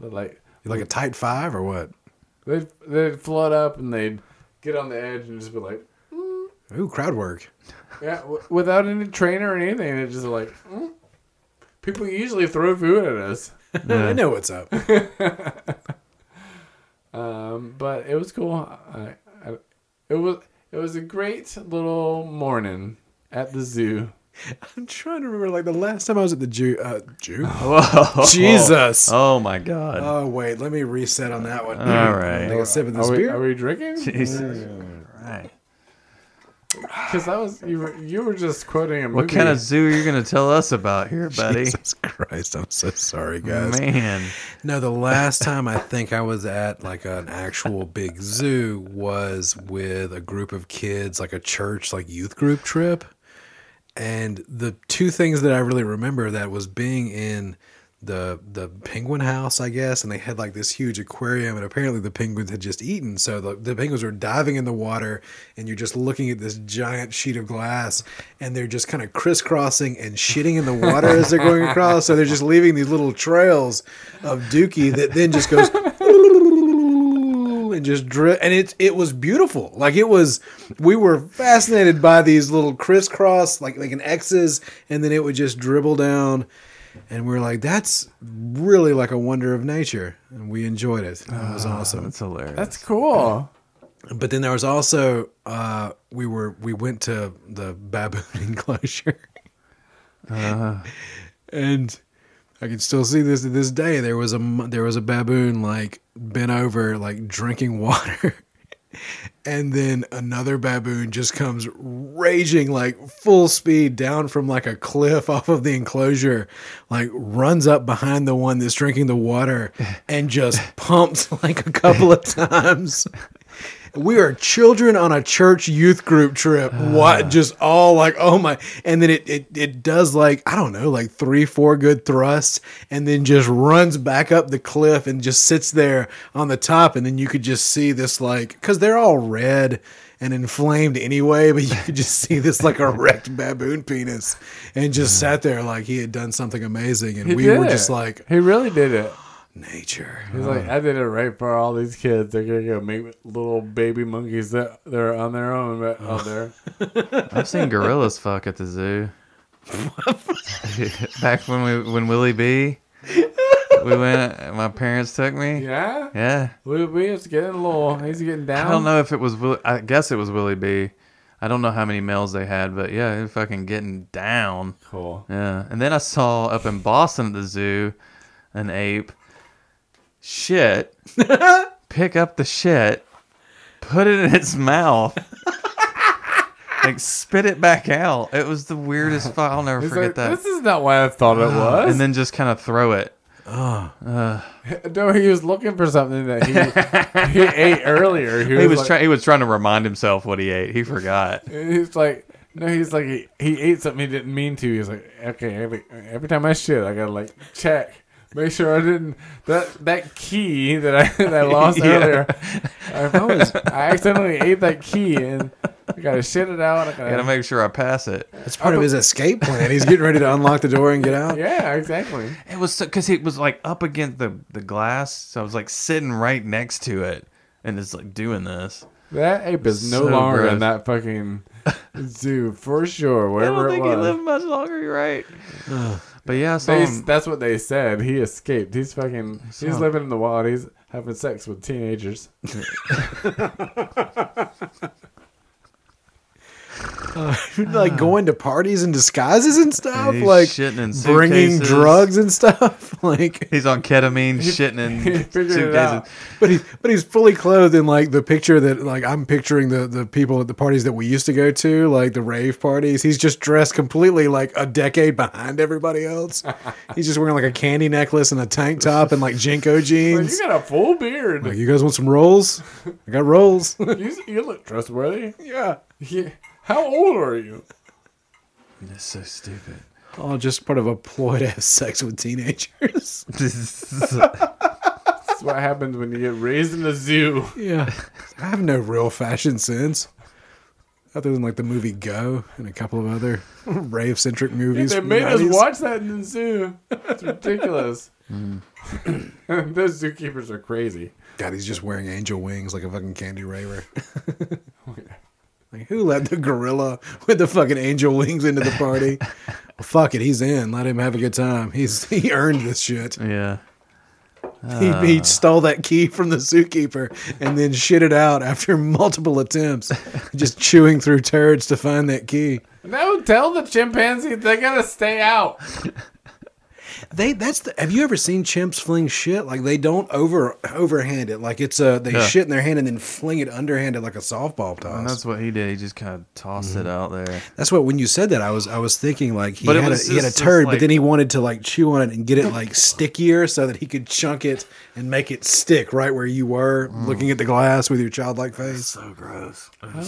Speaker 1: They're like
Speaker 3: You like a tight five or what?
Speaker 1: they'd they'd flood up and they'd get on the edge and just be like,
Speaker 3: Ooh, crowd work.
Speaker 1: yeah, w- without any trainer or anything. They're just like, mm. people usually throw food at us.
Speaker 3: [laughs] I know what's up.
Speaker 1: Um, but it was cool. I, I, it was it was a great little morning at the zoo.
Speaker 3: I'm trying to remember, like the last time I was at the Jew. Uh, Jew?
Speaker 2: Oh. Whoa.
Speaker 3: Jesus.
Speaker 2: Oh my God.
Speaker 3: Oh wait, let me reset on that one.
Speaker 2: All right.
Speaker 3: Take a sip of this
Speaker 1: Are we,
Speaker 3: beer.
Speaker 1: are we
Speaker 2: [laughs]
Speaker 1: drinking?
Speaker 2: Jesus. Right.
Speaker 1: Because that was you were you were just quoting a movie.
Speaker 2: What kind of zoo are you gonna tell us about here, buddy?
Speaker 3: Jesus Christ, I'm so sorry, guys.
Speaker 2: Man.
Speaker 3: No, the last time I think I was at like an actual big zoo was with a group of kids, like a church, like youth group trip. And the two things that I really remember that was being in the the penguin house, I guess, and they had like this huge aquarium, and apparently the penguins had just eaten. So the, the penguins were diving in the water, and you're just looking at this giant sheet of glass, and they're just kind of crisscrossing and shitting in the water as they're going across. So they're just leaving these little trails of dookie that then just goes [laughs] and just drip and it it was beautiful like it was we were fascinated by these little crisscross like like an x's and then it would just dribble down and we were like that's really like a wonder of nature and we enjoyed it it was awesome
Speaker 2: That's hilarious.
Speaker 1: That's cool.
Speaker 3: but then there was also uh we were we went to the baboon [laughs] enclosure and I can still see this to this day. There was a m- there was a baboon like bent over, like drinking [laughs] water, and then another baboon just comes raging like full speed down from like a cliff [laughs] off of the enclosure, like runs up behind the one that's drinking the water and just pumps like a couple of times. We are children on a church youth group trip.
Speaker 1: Ah.
Speaker 3: What? Just all like, oh my. And then it, it, it does like, I don't know, like three, four good thrusts and then just runs back up the cliff and just sits there on the top. And then you could just see this like, because they're all red and inflamed anyway, but you could just see this like erect baboon penis and just sat there like he had done something amazing. And
Speaker 1: He
Speaker 3: we
Speaker 1: did
Speaker 3: were
Speaker 1: it.
Speaker 3: just like,
Speaker 1: he really did it.
Speaker 3: nature.
Speaker 1: He's
Speaker 2: uh,
Speaker 1: like, I did it right for all these kids. They're gonna go make little baby monkeys that they're on their own but oh, out there.
Speaker 2: I've seen gorillas fuck at the zoo. [laughs] Back when we when Willie B, we went. My parents took me.
Speaker 1: Yeah,
Speaker 2: Yeah.
Speaker 1: we we just getting a little. He's getting down.
Speaker 2: I don't know if it was. Will- I guess it was Willie B. I don't know how many males they had, but yeah, they were fucking getting down.
Speaker 1: Cool.
Speaker 2: Yeah. And then I saw up in Boston at the zoo an ape
Speaker 1: [laughs]
Speaker 2: shit pick up the shit, put it in
Speaker 1: [laughs]
Speaker 2: its mouth. Like spit it back out. It was the weirdest. Fu- I'll never
Speaker 1: He's
Speaker 2: forget
Speaker 1: like,
Speaker 2: that. Uh,
Speaker 1: this is not what I thought it was.
Speaker 2: and then just kind of throw it.
Speaker 1: No, he was looking for something that he
Speaker 2: [laughs]
Speaker 1: he ate earlier. He was,
Speaker 2: He was
Speaker 1: like,
Speaker 2: trying. He was trying to remind himself what he ate. He forgot.
Speaker 1: He's like, no, he's like, he, he ate something he didn't mean to. He's like, okay, every, every time I shit, I gotta like check, make sure I didn't that that key that I that I lost
Speaker 2: [laughs] Yeah.
Speaker 1: earlier. I, was, I accidentally ate that key and I gotta shit it out. I gotta,
Speaker 2: I gotta make sure I pass it.
Speaker 3: That's part of his escape plan. He's getting ready to unlock the door and get out.
Speaker 1: yeah, exactly.
Speaker 2: It was because it was like up against the the glass, so I was like sitting right next to it, and it's like doing this.
Speaker 1: That ape is no
Speaker 2: So
Speaker 1: longer in
Speaker 2: gross.
Speaker 1: that fucking zoo for sure,
Speaker 2: I don't
Speaker 1: wherever it
Speaker 2: think he lived
Speaker 1: was.
Speaker 2: much longer. You're right. [sighs] but yeah, I saw
Speaker 1: They,
Speaker 2: him.
Speaker 1: that's what they said. He escaped. He's fucking. He's
Speaker 2: him.
Speaker 1: living in the wild. He's having sex with teenagers.
Speaker 2: Ah.
Speaker 3: like going to parties in disguises and stuff,
Speaker 2: and he's
Speaker 3: like
Speaker 2: shitting in
Speaker 3: bringing
Speaker 2: suitcases.
Speaker 3: drugs and stuff. [laughs] Like,
Speaker 2: He's on ketamine, shitting
Speaker 1: [laughs]
Speaker 2: in
Speaker 1: he figured it
Speaker 2: suitcases.
Speaker 1: out.
Speaker 3: but he but he's fully clothed in like the picture that like I'm picturing the the people at the parties that we used to go to, like the rave parties. He's just dressed completely like a decade behind everybody
Speaker 2: [laughs]
Speaker 3: else. he's just wearing like a candy necklace and a tank top and like
Speaker 2: [laughs]
Speaker 3: jinko
Speaker 1: Like,
Speaker 3: jeans.
Speaker 1: you got a full beard.
Speaker 3: Like, you guys want some rolls? I got
Speaker 2: [laughs]
Speaker 3: rolls.
Speaker 1: [laughs]
Speaker 3: [laughs]
Speaker 1: you, you look trustworthy.
Speaker 3: yeah.
Speaker 1: Yeah. How old are you?
Speaker 2: That's
Speaker 1: [laughs]
Speaker 2: so stupid.
Speaker 3: Oh, just part of a ploy to have sex with teenagers.
Speaker 1: That's what happens when you get raised in the [laughs] zoo.
Speaker 3: yeah. [laughs] I have no real fashion sense. Other than like the movie Go and a couple of other [laughs] rave centric movies.
Speaker 1: they
Speaker 3: from
Speaker 1: made
Speaker 3: the
Speaker 1: us
Speaker 3: 90s.
Speaker 1: watch that in the zoo. [laughs] It's ridiculous. [laughs] Those zookeepers are crazy.
Speaker 3: God, he's just wearing angel wings like a fucking candy
Speaker 1: [laughs]
Speaker 3: raver. [laughs] like, who let the gorilla with the fucking angel wings into the
Speaker 1: [laughs]
Speaker 3: party? well, fuck it, he's in. Let him have a good time. He's he earned this shit.
Speaker 2: yeah.
Speaker 3: He,
Speaker 1: Ah.
Speaker 3: he stole that key from the zookeeper and then shit it out after multiple attempts, just chewing through turds to find that key.
Speaker 1: No, tell the chimpanzees they gotta stay out.
Speaker 3: They that's the, have you ever seen chimps fling shit? Like they don't over overhand it. Like it's a they
Speaker 2: Yeah.
Speaker 3: shit in their hand and then fling it underhanded like a softball toss.
Speaker 2: And
Speaker 3: that's,
Speaker 2: that's what he did. He just kind of tossed
Speaker 1: Mm-hmm.
Speaker 2: it out there.
Speaker 3: what when you said that I was I was thinking like he
Speaker 2: But it
Speaker 3: had a,
Speaker 2: was
Speaker 3: he had a
Speaker 2: just-
Speaker 3: turd,
Speaker 2: it's
Speaker 3: but then
Speaker 2: like-
Speaker 3: he wanted to like chew on it and get it like stickier so that he could chunk it and make it stick right where you were looking at the glass with your childlike face.
Speaker 2: Mm. So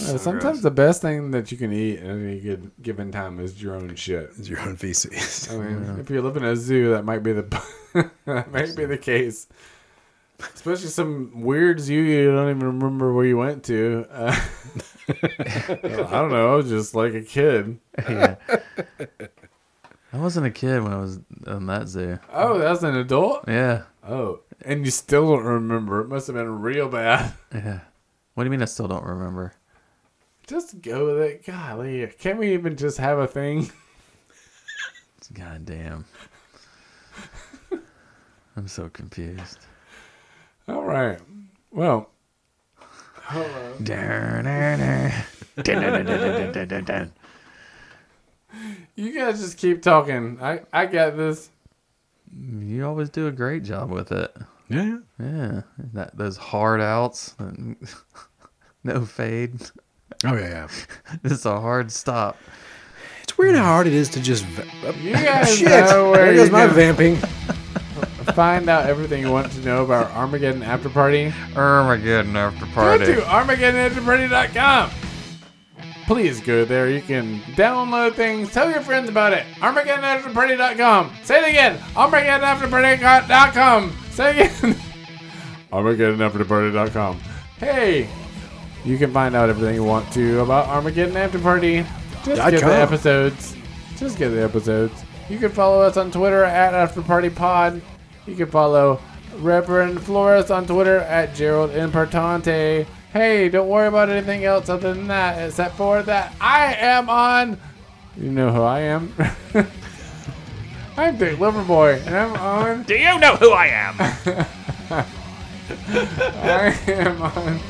Speaker 2: gross.
Speaker 1: sometimes the best thing that you can eat at any good, given time is your own shit.
Speaker 3: It's your own feces.
Speaker 1: I mean, if you live in a zoo, that might be the [laughs] that might be the case. Especially some weird zoo you don't even remember where you went to. Uh, [laughs] I don't know. I was just like a kid.
Speaker 2: yeah. I wasn't a kid when I was on that zoo.
Speaker 1: Oh, that's an adult.
Speaker 2: Yeah.
Speaker 1: Oh, and you still don't remember? It must have been real bad. [laughs]
Speaker 2: Yeah. What do you mean I still don't remember?
Speaker 1: Just go with it. Golly, can we even just have a thing?
Speaker 2: God damn. I'm
Speaker 1: [laughs]
Speaker 2: so confused.
Speaker 1: All right. Well,
Speaker 2: That's
Speaker 1: you guys just keep talking. I I got this.
Speaker 2: You always do a great job with it.
Speaker 3: Yeah, yeah.
Speaker 2: [laughs] Yeah, that those hard outs, [laughs] no fade. [laughs]
Speaker 3: Oh yeah, yeah.
Speaker 2: It's a hard stop.
Speaker 3: It's weird how hard it is to just. Va- oh, [laughs]
Speaker 1: You guys
Speaker 3: shit!
Speaker 1: know where
Speaker 3: There
Speaker 1: you
Speaker 3: goes my
Speaker 1: can
Speaker 3: vamping.
Speaker 1: find out everything you want to know about our Armageddon after party.
Speaker 2: Armageddon Oh after
Speaker 1: Go
Speaker 2: party.
Speaker 1: to armageddonafterparty.com. Please go there. You can download things. Tell your friends about it. armageddonafterparty.com. Say it again. armageddonafterparty.com. Say it again. [laughs] armageddonafterparty.com. Hey, you can find out everything you want to about Armageddon After Party. Just
Speaker 3: Dot
Speaker 1: get
Speaker 3: com.
Speaker 1: the episodes. Just get the episodes. You can follow us on Twitter at After Party Pod. You can follow Reverend Flores on Twitter at Gerald Impertante. Hey, don't worry about anything else other than that, except for that I am on. You know who I am. [laughs] I'm Dick Liverboy, and I'm on.
Speaker 5: Do you know who I am?
Speaker 1: [laughs] I am on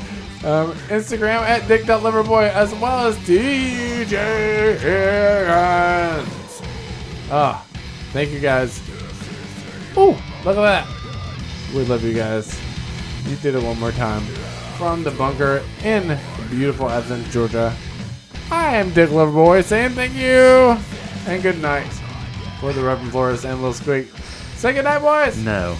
Speaker 1: um, Instagram at dick.loverboy as well as DJ Aaron's. Ah, thank you guys. Ooh, look at that. We love you guys. You did it one more time. From the bunker in beautiful Athens, Georgia. I am Dick Loverboy saying thank you and good night for the Reverend Flores and Lil Squeak. Say good night, boys.
Speaker 2: No.